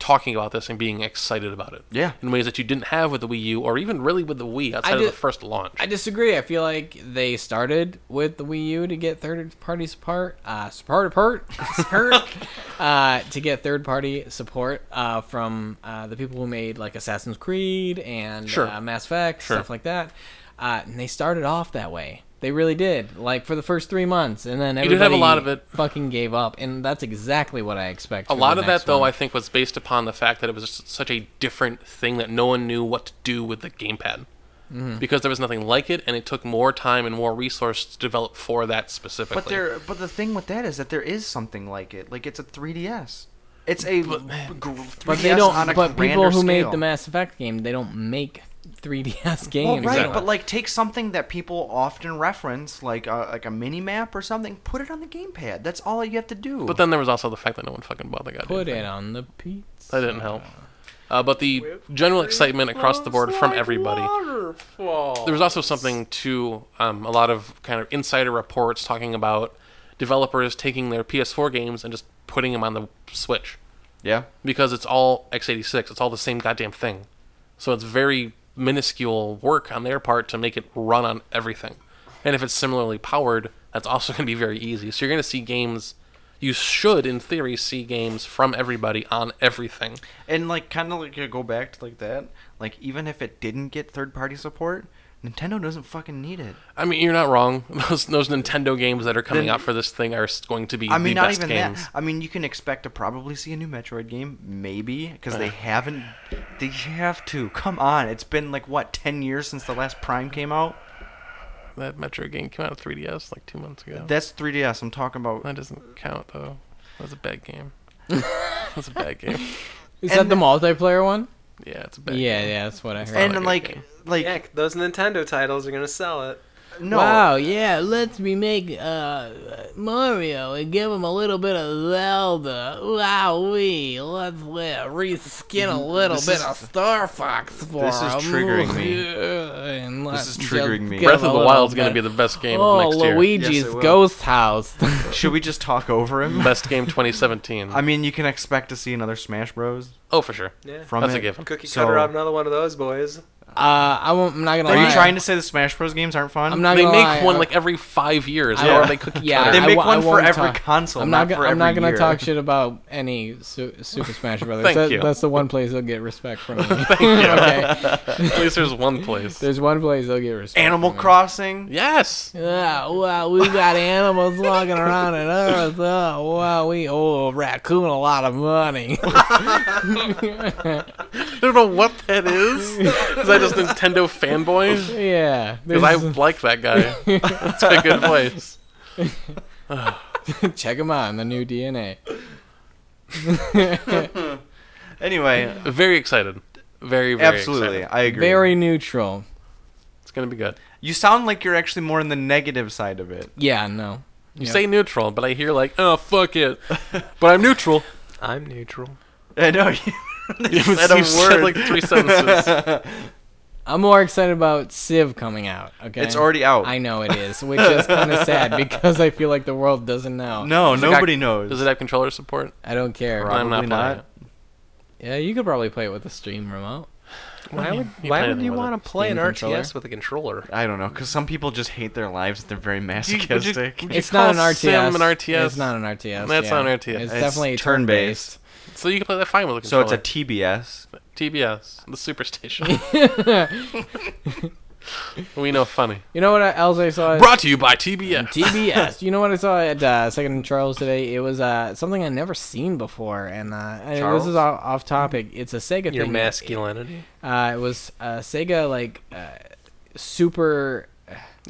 C: talking about this and being excited about it.
A: Yeah.
C: In ways that you didn't have with the Wii U or even really with the Wii outside of
D: did-
C: the first launch.
D: I disagree. I feel like they started with the Wii U to get third party support, uh, support, support, support uh, to get third party support uh, from uh, the people who made like Assassin's Creed and
C: Sure.
D: uh, Mass Effect
C: Sure.
D: stuff like that. Uh, and they started off that way. They really did, like for the first three months, and then
C: You did have
D: everybody
C: a lot of it.
D: fucking gave up, and that's exactly what I expect.
C: a
D: for
C: lot
D: the
C: of that
D: next
C: though
D: one.
C: I think was based upon the fact that it was just such a different thing that no one knew what to do with the gamepad.
D: Mm-hmm.
C: Because there was nothing like it, and it took more time and more resources to develop for that specifically.
A: but there, but the thing with that is that there is something like it. Like it's a 3DS. It's a gr- 3DS
D: But they don't.
A: on a
D: But people
A: grander
D: who made
A: scale.
D: the Mass Effect game, they don't make 3DS games.
A: Well, right,
D: They
C: Exactly.
A: but like take something that people often reference, like a, like a mini map or something, put it on the gamepad. That's all you have to do.
C: But then there was also the fact that no one fucking bought the goddamn
D: Put
C: thing.
D: it on the pizza.
C: That didn't help. Uh, but the general excitement across the board from everybody. There was also something too. Um, a lot of kind of insider reports talking about developers taking their PS4 games and just putting them on the Switch
A: yeah,
C: because it's all x86. It's all the same goddamn thing. So it's very minuscule work on their part to make it run on everything. And if it's similarly powered, that's also going to be very easy. So you're going to see games. You should, in theory, see games from everybody on everything.
A: And like kind of like go back to like that. Like even if it didn't get third party support, Nintendo doesn't fucking need it.
C: I mean, you're not wrong. Those those Nintendo games that are coming
A: Then-
C: out for this thing are s- going to be
A: I mean,
C: the
A: not
C: best
A: even
C: games.
A: that. I mean, you can expect to probably see a new Metroid game, maybe, because
C: Uh.
A: they haven't. They have to. Come on, it's been like what ten years since the last Prime came out.
C: That Metro game came out on 3DS like two months ago.
A: That's 3DS. I'm talking about.
C: That doesn't count though. That's a bad game. That's a bad game.
D: Is
A: And
D: that the multiplayer one?
C: Yeah, it's a bad.
D: Yeah,
C: game.
D: yeah, that's what I heard.
C: not a
A: And
C: good
A: like,
C: game.
A: like
B: Yeah, those Nintendo titles are gonna sell it.
A: no.
D: Wow, yeah, let's me make uh, Mario and give him a little bit of Zelda. Wowee, let's let reskin
C: Mm-hmm.
D: a little
A: This
D: bit
A: is-
D: of Star Fox for
A: this is
D: him.
A: triggering me.
D: Yeah, and
A: This
D: let's
A: is triggering
D: just
A: me.
D: give
C: Breath
D: him
C: of
D: a
C: the
D: little
C: Wild's gonna
D: bit-
C: be the best game
D: oh,
C: of next year.
D: Luigi's
A: Yes, it will.
D: Ghost House. Uh,
A: Should we just talk over him?
C: Best game 2017.
A: I mean, you can expect to see another Smash Bros.
C: oh, for sure.
B: Yeah.
A: from
C: That's
A: it.
C: a given.
B: Cookie
A: So-
B: cutter out another one of those boys.
D: uh, I won't, I'm not gonna
A: Are
D: lie.
A: you trying to say the Smash Bros. games aren't fun?
D: I'm not
C: They
D: gonna
C: make
D: lie,
C: one
D: I-
C: like every five years.
D: I-
C: How are they cookie
D: Yeah,
C: cutter?
A: They
D: I
A: make
D: wa- I
A: one for
D: won't
A: every
D: talk.
A: console,
D: I'm
A: not,
D: not,
A: for
D: gonna, I'm not
A: every
D: gonna
A: year.
D: talk shit about any su- Super Smash Brothers.
C: Thank
D: That-
C: you.
D: That's the one place they'll get respect from me. okay,
C: At least there's one place.
D: there's one place they'll get respect.
A: Animal
D: from me.
A: Crossing.
C: yes.
D: Yeah, well, we got animals walking around in Earth. Oh, well, we owe a raccoon a lot of money.
C: I don't know what that is. Is that just Nintendo fanboy?
D: yeah,
C: Because I like that guy. That's a good voice.
D: check them out in the new DNA.
A: Anyway,
C: Very excited. Very very
A: absolutely,
C: excited.
A: I agree.
D: Very neutral.
C: It's gonna be good.
A: You sound like you're actually more on the negative side of it.
D: Yeah, no.
C: You
D: Yeah.
C: say neutral, but I hear like, oh fuck it, but I'm neutral.
B: I'm neutral.
A: I know. You
C: you
A: said a word.
C: like three sentences.
D: I'm more excited about Civ coming out. Okay,
A: It's already out.
D: I know it is, which is kind of sad because I feel like the world doesn't know.
A: No,
C: it got-
A: nobody knows.
C: Does it have controller support?
D: I don't care.
A: Right.
C: I'm not
A: Probably
C: playing
A: not.
C: it.
D: Yeah, you could probably play it with a stream remote.
B: Why
C: you-
B: would
C: you
B: why
C: play
B: would
C: anything
B: you
C: with
B: want to play an
D: Steam controller?
B: RTS with a controller?
A: I don't know, because some people just hate their lives. They're very
C: you- would you-
A: masochistic.
C: would you-
D: It's not an
C: call
D: RTS.
C: Sim an RTS?
D: It's not an RTS.
C: That's
D: yeah.
C: not an RTS.
D: It's,
A: It's
D: definitely
A: turn-based.
D: turn-based.
C: So you can play that fine with a
A: so
C: controller.
A: it's a TBS.
C: TBS, the superstation. we know funny.
D: You know what else I saw?
C: Brought to you by TBS.
D: TBS. You know what I saw at uh, Second and Charles today? It was uh, something I'd never seen before, and uh, I-
A: Charles?
D: this is off, off topic. It's a Sega
B: Your
D: thing.
B: masculinity.
D: Uh, it was uh, Sega like uh, super.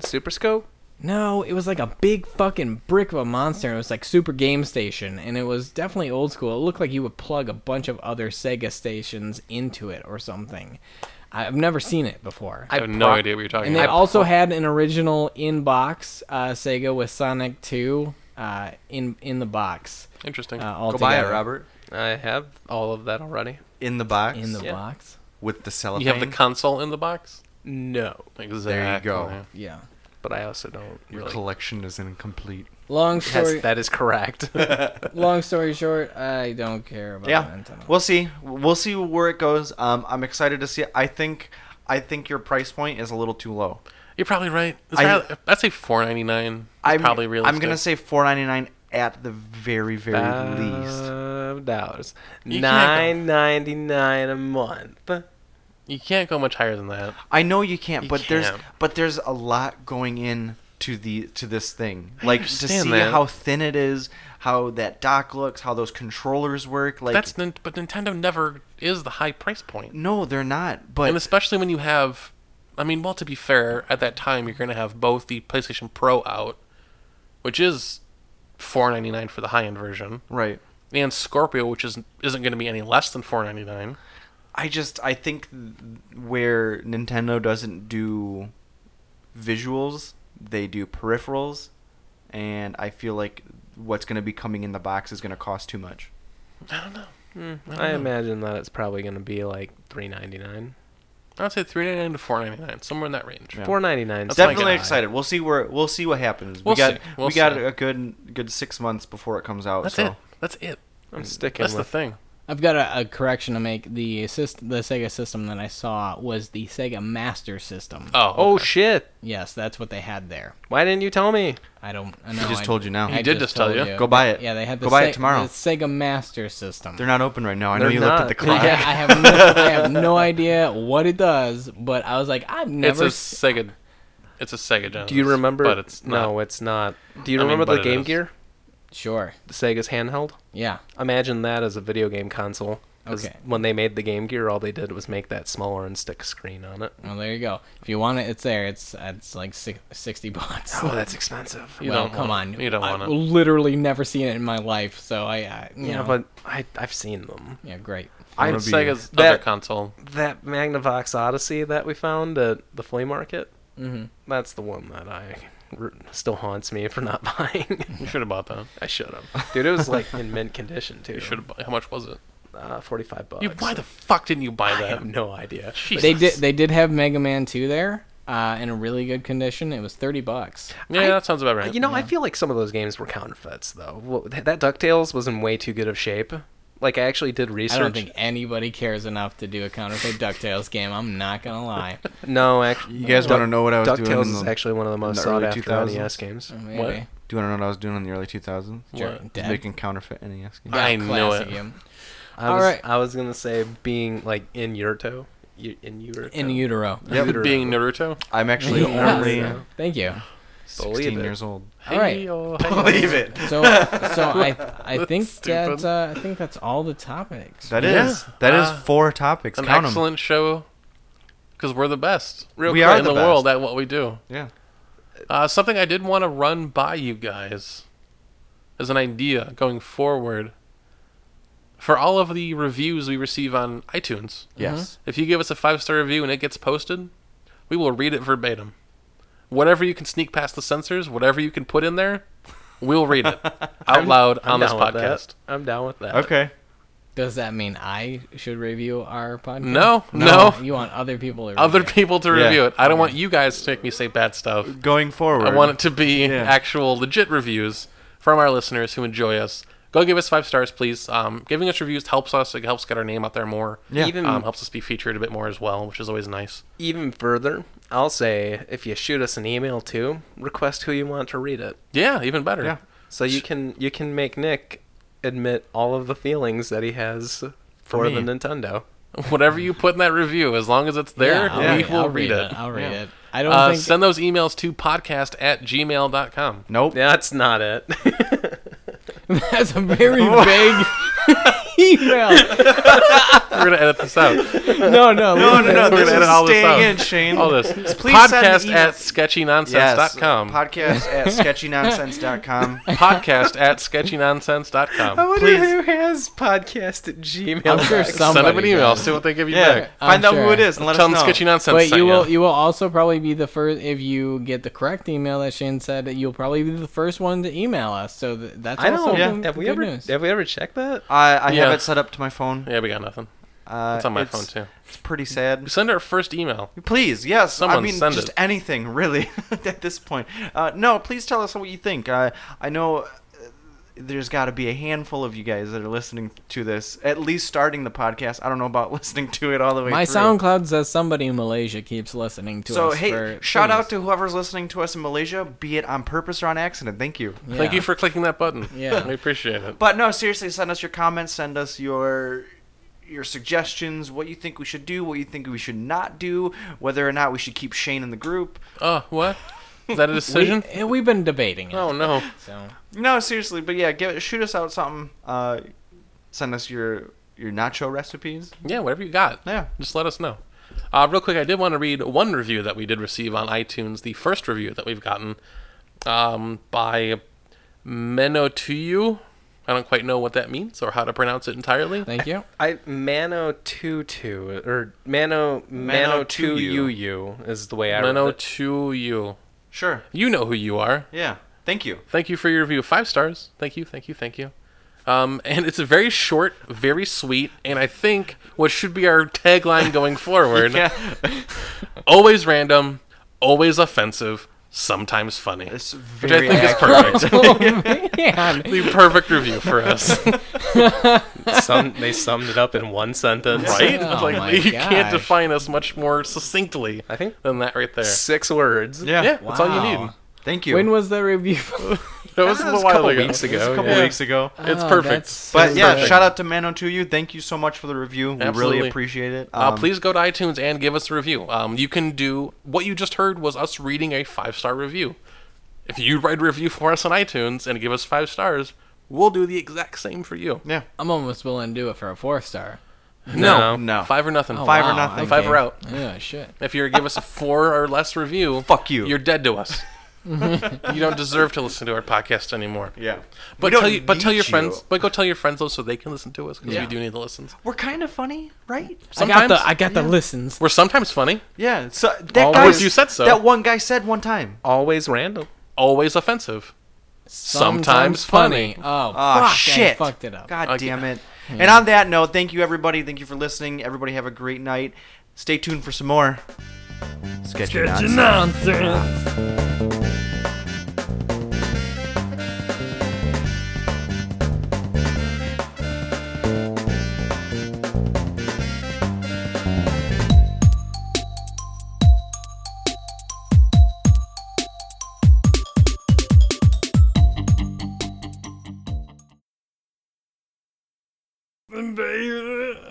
B: Super scope.
D: No, it was like a big fucking brick of a monster. and It was like Super Game Station, and it was definitely old school. It looked like you would plug a bunch of other Sega stations into it or something. I've never seen it before.
C: I have no
B: pro-
C: idea what you're talking
D: And they
C: about.
D: also had an original in-box uh, Sega with Sonic 2 uh, in in the box.
C: Interesting.
D: Uh, all
A: Go buy it,
D: together.
A: Robert.
B: I have all of that already.
A: In the box.
D: In the
B: Yeah.
D: box.
A: with the cellophane.
C: you have the console in the box.
B: No,
C: Exactly.
A: go.
D: Yeah.
B: but I also don't
A: Your
B: really.
A: collection is incomplete.
D: Long
B: Yes,
D: story.
B: that is correct.
D: long story short, I don't care about
A: yeah,
D: Nintendo.
A: we'll see. We'll see where it goes. Um, I'm excited to see. It. I think, I think your price point is a little too low.
C: You're probably right. It's
A: I-
C: probably, I'd say 4.99. is
A: I'm
C: probably realistic.
A: I'm gonna say 4.99 at the very, very
C: Uh,
A: least.
B: Five dollars,
C: You
B: nine
C: can't
B: ninety nine a month.
C: you can't go much higher than that.
A: I know you can't,
C: You
A: but there's
C: can't.
A: but there's a lot going in to the to this thing. like to
C: understand
A: see
C: that.
A: how thin it is, how that dock looks, how those controllers work. Like
C: That's nin- but Nintendo never is the high price point,
A: no, they're not. But
C: and especially when you have, I mean, well, to be fair, at that time you're going to have both the PlayStation Pro out, which is four ninety nine for the high end version,
A: right.
C: and Scorpio, which is isn't going to be any less than four ninety nine.
A: I just I think th- where Nintendo doesn't do visuals, they do peripherals, and I feel like what's going to be coming in the box is going to cost too much.
C: I don't know.
B: I imagine that it's probably going to be like three ninety nine,
C: I'd say three ninety nine to four ninety nine, somewhere in that range.
A: Yeah.
B: four ninety nine.
C: That's
A: Definitely
C: God.
A: excited. We'll see where we'll see what happens.
C: We'll
A: we got
C: see. We'll
A: we got
C: see.
A: a good good six months before it comes out.
C: That's
A: so
C: it. That's it.
B: I'm sticking
C: That's the
B: with
C: thing.
D: I've got a, a correction to make. The assist, the Sega system that I saw was the Sega Master System.
C: Oh,
B: Oh shit!
D: Yes, that's what they had there.
B: Why didn't you tell me?
D: I don't. I know,
A: just
D: I-
A: told you now.
D: I
A: He
C: did just tell
D: told
C: you.
A: Go buy it.
D: Yeah, they had the
A: Go buy it
D: Se-
A: tomorrow.
D: The Sega Master System.
A: They're not open right now. I know
B: They're
A: you looked at the
B: not.
A: clock.
D: yeah, I have no, I have no idea what it does, but I was like, I've
C: it's
D: never.
C: a
D: s-
C: Sega. It's a Sega Genesis.
B: Do you remember?
C: But it's not.
B: no, it's not. Do you
C: I mean,
B: remember
C: but
B: the
C: it
B: Game
C: is.
B: Gear,
D: sure.
B: the Sega's handheld?
D: Yeah.
B: Imagine that as a video game console. 'cause
D: Okay.
B: When they made the Game Gear, all they did was make that smaller and stick a screen on it.
D: Well, there you go. If you want it, it's there. It's it's like si- sixty bucks.
B: Oh, that's expensive.
C: You
D: well,
C: don't
D: come
C: want
D: on.
C: it. You don't want
D: I've
C: it.
D: literally never seen it in my life, so I. I you
B: Yeah,
D: know,
B: but I I've seen them.
D: yeah, great.
B: I
A: Wanna
C: It's
A: be-
C: Sega's
B: That-
C: other console.
B: that Magnavox Odyssey that we found at the flea market.
D: Mm-hmm.
B: That's the one that I r- still haunts me for not buying.
C: You should have bought that.
B: I should have, dude. It was like in mint condition too.
C: You should have. Bought, how much was it?
B: uh, forty-five bucks.
C: You, why the fuck didn't you buy
B: I
C: that?
B: have no idea.
C: Jesus.
D: They did. They did have Mega Man Two there, uh, in a really good condition. It was thirty bucks.
C: yeah,
B: I-
C: that sounds about right.
B: uh, You know, I feel like some of those games were counterfeits though. Well, th- that Ducktales was in way too good of shape. Like I actually did research.
D: I don't think anybody cares enough to do a counterfeit Ducktales game. I'm not gonna lie.
B: No, actually,
A: You guys want to know what I was doing?
B: Ducktales
A: in
B: is
A: the-
B: actually one of the most
A: the early
B: sought after
A: 2000s?
B: NES games.
D: Maybe.
C: What?
A: Do you want to know what I was doing in the early 2000s?
D: Sure.
C: What?
A: Just
D: Dead.
A: making counterfeit NES games.
C: I
D: Yeah,
C: knew
D: classic
C: it.
D: game.
B: I
D: All
B: was,
D: right.
B: I was gonna say being like in Yurto. U- In Yurto.
D: In utero.
A: Yep.
B: Yep.
C: being Naruto.
A: I'm actually
D: Yeah.
A: only
D: Thank you.
A: 16
B: Believe it.
A: years old.
D: All right.
C: Hey, oh, hey, oh.
A: Believe it.
D: So, so I, I think
C: Stupid.
D: that uh, I think that's all the topics.
A: That
C: Yeah.
A: is that is
C: Uh,
A: four topics.
C: An
A: Count 'em.
C: excellent show. Because we're the best.
B: Real
A: We
B: quick,
A: are
C: in
A: the
C: the
A: best.
C: world at what we do.
A: Yeah.
C: Uh, something I did want to run by you guys as an idea going forward for all of the reviews we receive on iTunes.
D: Mm-hmm.
A: Yes.
C: If you give us a five star review and it gets posted, we will read it verbatim. Whatever you can sneak past the censors, whatever you can put in there, we'll read it out loud on this podcast.
B: I'm down with that.
A: Okay.
D: Does that mean I should review our podcast?
C: No, no.
D: You want other people to review
C: Other
D: it.
C: people to
A: Yeah.
C: review it. I don't want you guys to make me say bad stuff.
A: Going forward.
C: I want it to be
A: Yeah.
C: actual legit reviews from our listeners who enjoy us. Go give us five stars, please. Um, giving us reviews helps us. It helps get our name out there more.
A: Yeah.
B: Even
C: Um, helps us be featured a bit more as well, which is always nice.
B: even further, I'll say if you shoot us an email too, request who you want to read it.
C: Yeah, even better.
A: Yeah.
B: So you can you can make Nick admit all of the feelings that he has for, the
A: me.
B: Nintendo.
C: Whatever you put in that review, as long as it's there,
D: I'll
A: Yeah.
C: we
D: read-
C: will
D: I'll
C: read, it.
D: I'll read it. I don't
C: Uh,
D: think.
C: Send those emails to podcast at gmail.com.
A: Nope.
B: That's not it.
D: that's a very vague email.
C: We're going to edit this out.
D: No, no,
A: No, no, no.
C: We're
A: This
C: gonna
A: is
C: edit all this out.
A: staying in, Shane.
C: All this.
A: Please
C: podcast
A: send
C: at
A: emails. Yes.
C: sketchynonsense.com.
A: Podcast at sketchynonsense.com.
C: podcast at sketchynonsense.com.
B: wonder
A: Please.
B: who has podcast at Gmail.
D: I'm sure
C: Send
D: somebody.
C: them an email.
D: does.
C: See what they give you
A: Yeah.
C: back.
D: I'm
A: Find out who
D: sure.
A: it is and let
C: Tell
A: us
C: them
A: know.
C: sketchy nonsense.
D: But
C: sent
D: you
C: ya.
D: will you will also probably be the first if you get the correct email that Shane said that you'll probably be the first one to email us. So th- that's
B: I
D: also
B: know.
A: Yeah.
D: good,
B: Have we
D: good
B: ever
D: news.
B: have we ever checked that?
A: I, I
C: Yeah.
A: have it set up to my phone.
C: Yeah, we got nothing.
A: Uh,
C: It's on my phone too.
A: It's pretty sad.
C: Send our first email.
A: Please, yes. I
C: Someone
A: mean,
C: send
A: just
C: it.
A: anything, really, at this point. Uh, no, please tell us what you think. Uh, I know uh, there's got to be a handful of you guys that are listening to this, at least starting the podcast. I don't know about listening to it all the way
D: My
A: through.
D: SoundCloud says somebody in Malaysia keeps listening to
A: So,
D: us.
A: hey,
D: for-
A: shout
D: please.
A: out to whoever's listening to us in Malaysia, be it on purpose or on accident. Thank you.
C: Thank
D: Yeah.
C: you for clicking that button.
D: Yeah.
C: we appreciate it.
A: But no, seriously, send us your comments, send us your your suggestions, what you think we should do, what you think we should not do, whether or not we should keep Shane in the group.
C: Oh, what? Is that a decision?
D: We, eh, we've been debating it.
C: oh no.
D: So
A: No, seriously, but yeah, give shoot us out something. Uh, send us your your nacho recipes.
C: Yeah, whatever you got.
A: Yeah.
C: Just let us know. Uh, real quick, I did want to read one review that we did receive on iTunes, the first review that we've gotten um, by Menotuyu. I don't quite know what that means or how to pronounce it entirely.
D: thank you.
B: I Mano two two or Mano Mano two U U is the way I read it.
C: Menotuyu.
A: Sure.
C: You know who you are.
A: Yeah. Thank you.
C: Thank you for your review. Five stars. Thank you, thank you, thank you. Um, and it's a very short, very sweet, and I think what should be our tagline going forward
A: Yeah.
C: always random, always offensive, sometimes funny.
A: It's
C: Which I
A: very
C: think is
A: accurate.
C: perfect.
D: Oh, man.
C: the perfect review for us,
B: Some they summed it up in one sentence.
C: right?
D: Oh
C: like
D: my
C: you can't
D: gosh.
C: define us much more succinctly
B: I think
C: than that right there.
B: six words.
A: Yeah.
C: Yeah, that's all you need.
D: Wow.
A: Thank you.
D: When was the review?
C: That was a
B: Ah,
C: little
B: it's a couple
C: while ago.
B: weeks
A: It was a
B: ago,
A: couple
C: yeah.
A: weeks ago.
C: It's
D: Oh,
C: perfect.
D: that's
A: But yeah,
C: perfect.
A: shout out to Mano to you. Thank you so much for the review. We
C: Absolutely.
A: really appreciate it.
C: Uh,
A: Um,
C: please go to iTunes and give us a review. Um, you can do what you just heard was us reading a five star review. If you write a review for us on iTunes and give us five stars, we'll do the exact same for you.
A: Yeah.
D: I'm almost willing to do it for a four star.
B: No.
A: No.
C: five or nothing.
D: Oh,
C: Five
A: or
D: wow,
A: nothing.
D: okay.
C: Five or out.
D: Yeah, shit.
C: If you give us a four or less review,
A: Fuck you.
C: You're dead to us. you don't deserve to listen to our podcast anymore.
A: Yeah.
C: But
A: We don't
C: tell you, but tell
A: need
C: your friends, but go tell your friends though, so they can listen to us because we
A: Yeah.
C: do need the listens.
A: We're kind of funny, right?
D: I got
C: Sometimes
D: the I got the listens.
C: we're sometimes funny,
A: Yeah. So that
B: Always.
A: guy
C: You said so.
A: That one guy said one time.
B: Always random.
C: always offensive. Sometimes funny.
D: Oh,
A: Ah,
D: fuck,
A: shit.
D: I fucked it up.
A: God
C: Okay.
A: damn it. And on that note, thank you everybody. Thank you for listening. Everybody have a great night. Stay tuned for some more sketchy, nonsense.
D: Nonsense.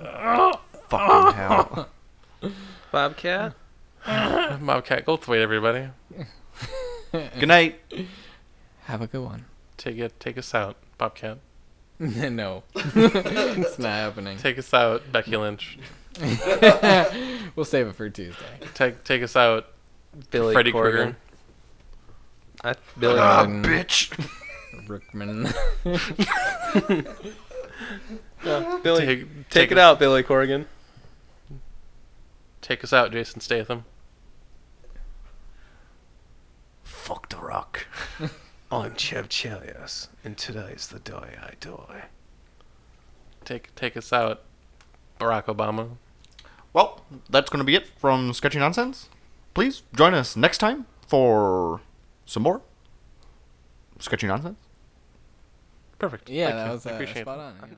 A: Fucking hell.
B: Bobcat.
C: Bobcat Goldthwait, everybody,
A: Good night.
D: Have a good one.
C: take it, take us out, Bobcat.
D: no, it's not happening.
C: Take us out, Becky Lynch.
D: We'll save it for Tuesday.
C: Take take us out,
B: Billy
C: Freddy
B: Corgan.
C: Krueger.
B: I, Billy.
A: Ah,
D: Gordon.
A: bitch.
D: Rickman.
B: Billy. Take,
C: Take,
B: it out, Billy Corgan.
C: Take us out, Jason Statham.
B: Fuck the rock. I'm Chev Chelios, and today's the day I die.
C: Take take us out, Barack Obama.
A: Well, that's going to be it from Sketchy Nonsense. Please join us next time for some more Sketchy Nonsense.
C: Perfect.
D: yeah,
C: Thank
D: that
C: you.
D: was
C: I
D: uh,
C: appreciate it.
D: spot on. yeah.